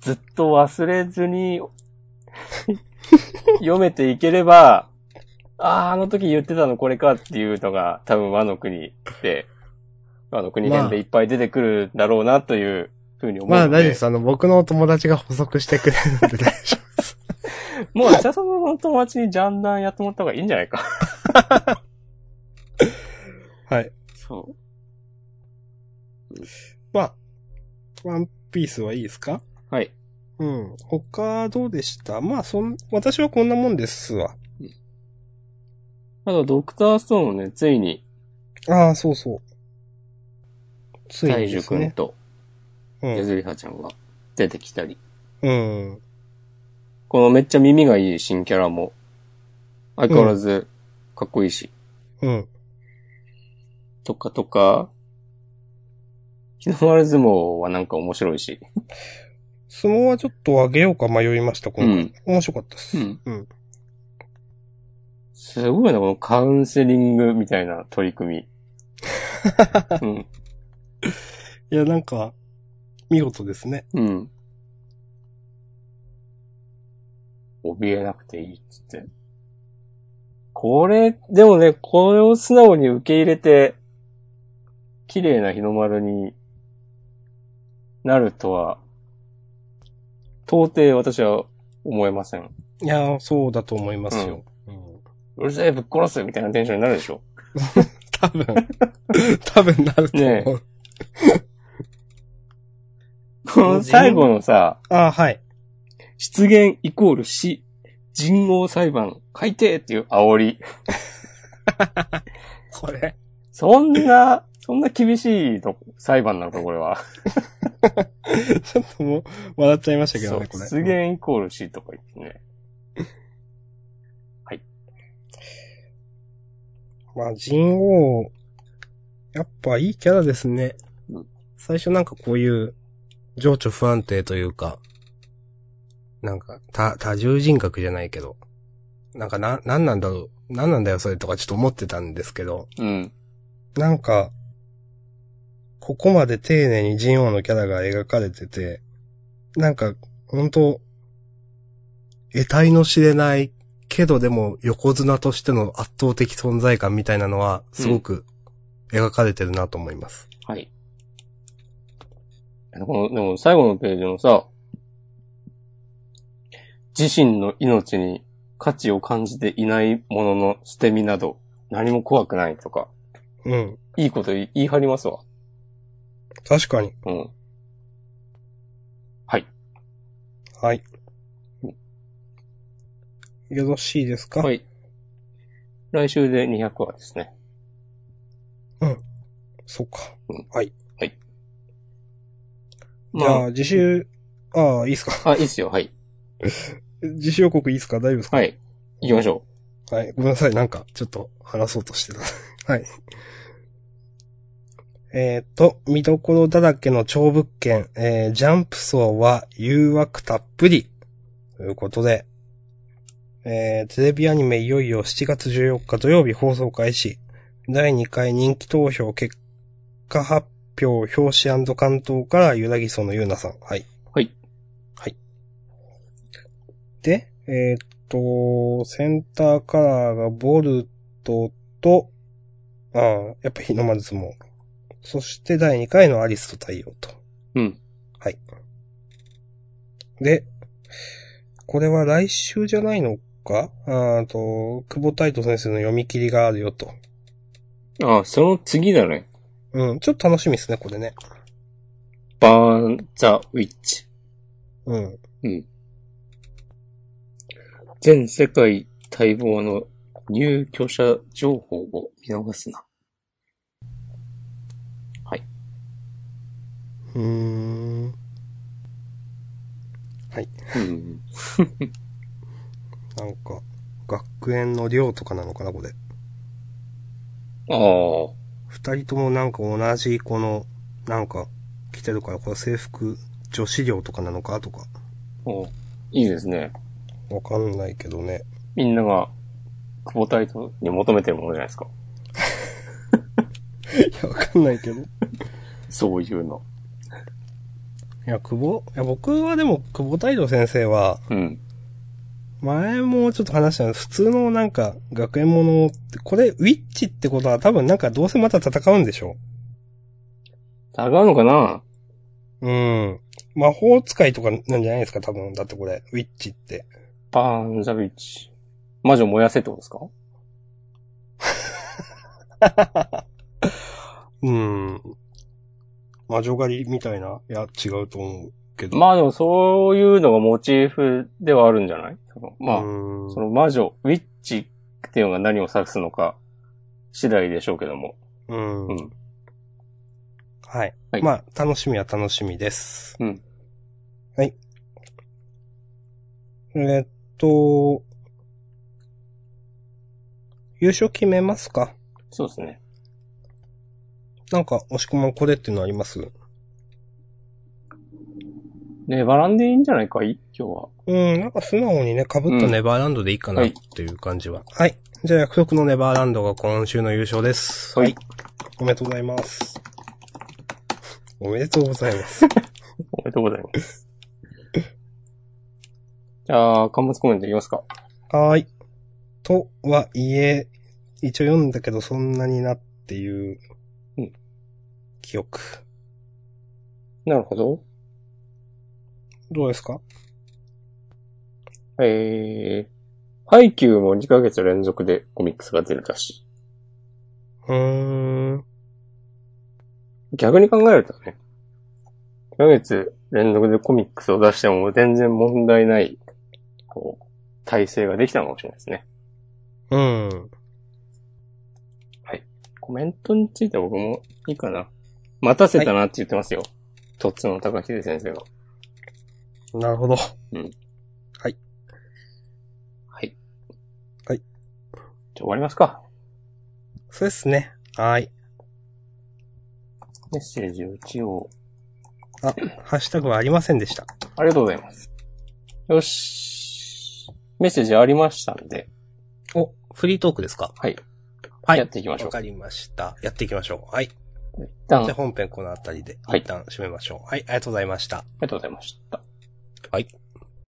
S2: ずっと忘れ ずに、読めていければ、ああ、あの時言ってたのこれかっていうのが、多分和の国で、和の国編でいっぱい出てくるだろうなというふうに思う
S1: まあ
S2: ので、
S1: 大丈夫です。あの、僕のお友達が補足してくれるんで大丈夫です。
S2: もう、石田さんの友達にジャンダンやってもらった方がいいんじゃないか。
S1: はい。
S2: そう。
S1: まあ、ワンピースはいいですか
S2: はい。
S1: うん。他どうでしたまあ、そん、私はこんなもんですわ。
S2: あと、ドクターストーンもね、ついに、
S1: ああ、そうそう。つい
S2: 大
S1: にで
S2: 樹
S1: す
S2: くん
S1: ね。
S2: と、ゆずりはちゃんが出てきたり、
S1: うん。うん。
S2: このめっちゃ耳がいい新キャラも、相変わらず、かっこいいし、
S1: うん。
S2: とかとか、日の丸相撲はなんか面白いし。
S1: 相撲はちょっとあげようか迷いました、今回。
S2: うん
S1: 面白かったっす。
S2: うん
S1: うん。
S2: すごいな、このカウンセリングみたいな取り 組み。うん。
S1: いや、なんか、見事ですね。
S2: うん。怯えなくていいっつって。これ、でもね、これを素直に受け入れて、綺麗な日の丸になるとは、到底私は思えません。
S1: いや、そうだと思いますよ。うん、
S2: うるせえ、ぶっ殺すみたいなテンションになるでしょ。
S1: 多分、 多分なると思う。
S2: ねこの 最後のさ、
S1: ああ、はい。
S2: 失言イコール死、人王裁判、改定っていう煽り。
S1: これ。
S2: そんな、 そんな厳しいと裁判なのか、これは。
S1: ちょっともう、笑っちゃいましたけ
S2: そ
S1: ど
S2: う
S1: ね、これ。
S2: 失言イコール死とか言ってね。
S1: まあ、人王、やっぱいいキャラですね。
S2: うん
S1: 最初なんかこういう、情緒不安定というか、なんか、た、多重人格じゃないけど、なんかな、なんなんだろう、なんなんだよそれとかちょっと思ってたんですけど、
S2: うん。
S1: なんか、ここまで丁寧に人王のキャラが描かれてて、なんか、本当得体の知れない、けどでも横綱としての圧倒的存在感みたいなのは、すごく描かれてるなと思います。
S2: はい。この、でも最後のページのさ、自身の命に価値を感じていないものの捨て身など、何も怖くないとか、
S1: うん。
S2: いいこと言い言い張りますわ。
S1: 確かに。
S2: うん。
S1: はい。よろしいですか
S2: はい。来週で200話ですね。
S1: そっか
S2: うん。
S1: はい。じゃ
S2: ま
S1: あ、自習、ああ、いいっすか
S2: あ、あ、いいっすよ。はい。
S1: 自習予告いいっすか大丈夫ですか
S2: はい。行きましょ
S1: はい。ごめんなさい。なんか、ちょっと話そうとしてた。 はい。えーっと、見どころだらけの超物件、えー、ジャンプ層は誘惑たっぷり。ということで、えー、テレビアニメいよいよ7月14日土曜日放送開始。第2回人気投票結果発表表紙関東からゆらぎそうのゆうなさん。はい。
S2: はい。
S1: はい。で、えーっと、センターカラーがボルトと、ああ、やっぱ日の丸相撲。そして第2回のアリスと太陽と。
S2: う。うん。
S1: はい。で、これは来週じゃないのかあーと、久保太斗先生の読み切りがあるよと。
S2: あ、その次だね。
S1: うん、ちょっと楽しみですね、これね。
S2: バーン・ザ・ウィッチ。
S1: うん。
S2: うん。全世界待望の入居者情報を見逃すな。
S1: うーん。
S2: うん。
S1: なんか、学園の寮とかなのかな、これ。
S2: ああ。
S1: 二人ともなんか同じ、この、なんか、着てるから、これ制服、女子寮とかなのかとか、
S2: おいいですね。
S1: わかんないけどね。
S2: みんなが、久保タイトに求めてるものじゃないですか。
S1: いや、わかんないけど。い
S2: そういうの。
S1: や、久保、いや、僕はでも、久保大道先生は、
S2: うん。
S1: 前もちょっと話したんです普通のなんか、学園ものって、これ、ウィッチってことは多分なんかどうせまた戦うんでしょ
S2: 違うのかな
S1: うん。魔法使いとかなんじゃないですか、多分。だってこれ、ウィッチって。
S2: パーンザビッチ。魔女燃やせってことですか
S1: うん。魔女狩りみたいな、いや、違うと思うけど。
S2: まあでもそういうのがモチーフではあるんじゃないそのまあ、
S1: うん
S2: その魔女、ウィッチっていうのが何を指すのか次第でしょうけども。
S1: うん
S2: うん。
S1: はい。
S2: はい
S1: まあ、楽しみは楽しみです。
S2: うん。
S1: はい。えーっと、優勝決めますか
S2: そうですね。
S1: なんか、押し込まんこれっていうのあります
S2: ねバランでいいんじゃないかい今日は。
S1: うん、なんか素直にね、被ったネバーランドでいいかな
S2: うん
S1: っていう感じは。はい。じゃあ、約束のネバーランドが今週の優勝です。
S2: はい。
S1: おめでとうございます。おめでとうございます。
S2: おめでとうございます。 じゃあ、巻末コメントいきますか。
S1: はーい。とはいえ、一応読んだけどそんなになっていう
S2: うん、
S1: 記憶。
S2: なるほど。
S1: どうですか
S2: えー、ハイキューも2ヶ月連続でコミックスが出るらしい。
S1: うーん。
S2: 逆に考えるとね、2ヶ月連続でコミックスを出しても全然問題ない、こう、体制ができたのかもしれないですね。
S1: うん。
S2: コメントについては僕もいいかな。待たせたなって言ってますよ。とっつの高秀先生が。
S1: なるほど。
S2: はい。
S1: はい
S2: じゃあ終わりますか。
S1: そうですね。はーい。
S2: メッセージを一応。
S1: あ、ハッシュタグはありませんでした。
S2: ありがとうございます。よし。メッセージありましたんで、
S1: お、フリートークですか
S2: はい。
S1: はい。
S2: やっていきましょう
S1: わかりました。やっていきましょう。はい。
S2: 一
S1: じ
S2: 旦、あ
S1: ゃあ
S2: り
S1: 本編このあたりで
S2: はい
S1: 一旦締めましょう。はい、ありがとうございました。
S2: がとうございました。
S1: はい。